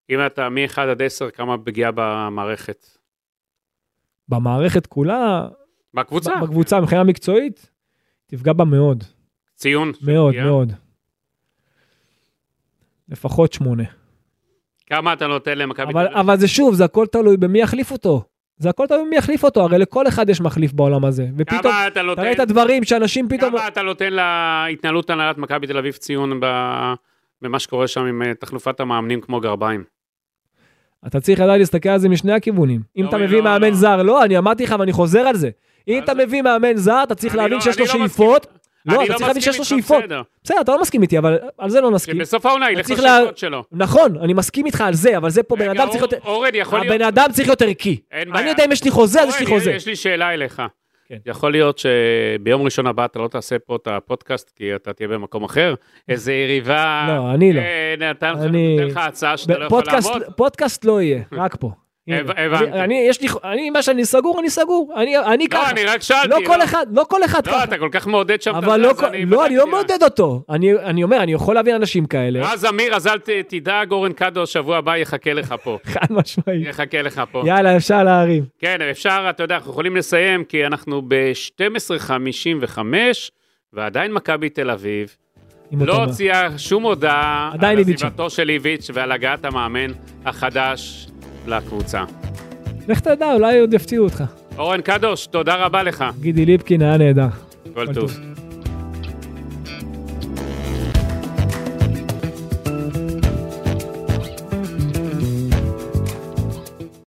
B: אם אתה מ-1 עד 10, כמה פגיעה במערכת?
C: במערכת כולה,
B: בקבוצה.
C: בקבוצה מבחינה מקצועית, תפגע בה מאוד.
B: ציון. של
C: מאוד,
B: פגיעה.
C: מאוד. לפחות שמונה.
B: כמה אתה נותן למכבי תל
C: אבל,
B: אביב?
C: אבל זה שוב, זה הכל תלוי במי יחליף אותו. זה הכל תלוי במי יחליף אותו, הרי לכל אחד יש מחליף בעולם הזה. ופתאום,
B: כמה אתה נותן?
C: תראה את הדברים שאנשים פתאום...
B: כמה אתה נותן להתנהלות הנהלת מכבי תל אביב ציון ב- במה שקורה שם עם אה, תחלופת המאמנים כמו גרביים?
C: אתה צריך עדיין להסתכל על זה משני הכיוונים. אם
B: לא,
C: אתה
B: אני
C: מביא
B: לא-
C: מאמן
B: לא.
C: זר, לא, אני אמרתי לך ואני חוזר על זה. אם
B: אז-
C: אתה מביא מאמן זר, אתה צריך
B: אני
C: להבין
B: לא-
C: שיש לו
B: אני לא
C: שאיפות.
B: מסכים.
C: לא,
B: אני
C: אתה צריך
B: מסכים
C: להבין שיש לו
B: איתך,
C: שאיפות.
B: בסדר.
C: בסדר, אתה לא מסכים איתי, אבל על זה לא נסכים.
B: שבסוף העונה ילך
C: צריך לה-
B: לשאיפות שלו.
C: נכון, אני מסכים איתך על זה, אבל זה פה בן
B: רגע,
C: אדם צריך
B: אור-
C: יותר...
B: אורן, יכול להיות...
C: הבן אדם צריך להיות ערכי.
B: אין
C: אני
B: בעיה.
C: יודע אם יש לי חוזה, אז יש
B: אורן,
C: לי חוזה.
B: אוקיי, יש לי שאלה אליך.
C: כן.
B: יכול להיות שביום ראשון הבא אתה לא תעשה פה את הפודקאסט, כי אתה תהיה במקום אחר? איזה יריבה...
C: לא, אני לא.
B: אה, נתן
C: אני-
B: נותן לך הצעה שאתה לא יכול
C: פודקאסט-
B: לעמוד?
C: פודקאסט לא יהיה, רק פה. הנה.
B: הב- הבנתי.
C: אני, אני- יש לי, אני, מה שאני סגור, אני סגור. אני, אני
B: לא,
C: ככה.
B: אני רק שאלתי.
C: לא כל אחד, לא כל אחד
B: לא,
C: ככה.
B: אתה כל כך מעודד שם. את
C: אבל
B: הזה,
C: לא,
B: אז
C: כל- לא, אני לא
B: בדקתי. אה.
C: מעודד אותו. אני, אני אומר, אני יכול להבין אנשים כאלה.
B: אז אמיר, אז אל ת- תדאג, אורן קאדו, שבוע הבא יחכה לך פה.
C: חד משמעית.
B: יחכה לך פה.
C: יאללה, אפשר להרים.
B: כן, אפשר, אתה יודע, אנחנו יכולים לסיים, כי אנחנו ב-12:55, ועדיין מכבי תל אביב
C: עם
B: לא
C: אותו-
B: הוציאה שום הודעה
C: עדיין
B: על
C: איביץ'.
B: עזיבתו של איביץ' ועל הגעת המאמן החדש לקבוצה.
C: לך תדע, אולי עוד יפתיעו אותך.
B: אורן קדוש, תודה רבה לך.
C: גידי ליפקין היה נהדר.
B: כל
C: כל
B: טוב.
C: טוב.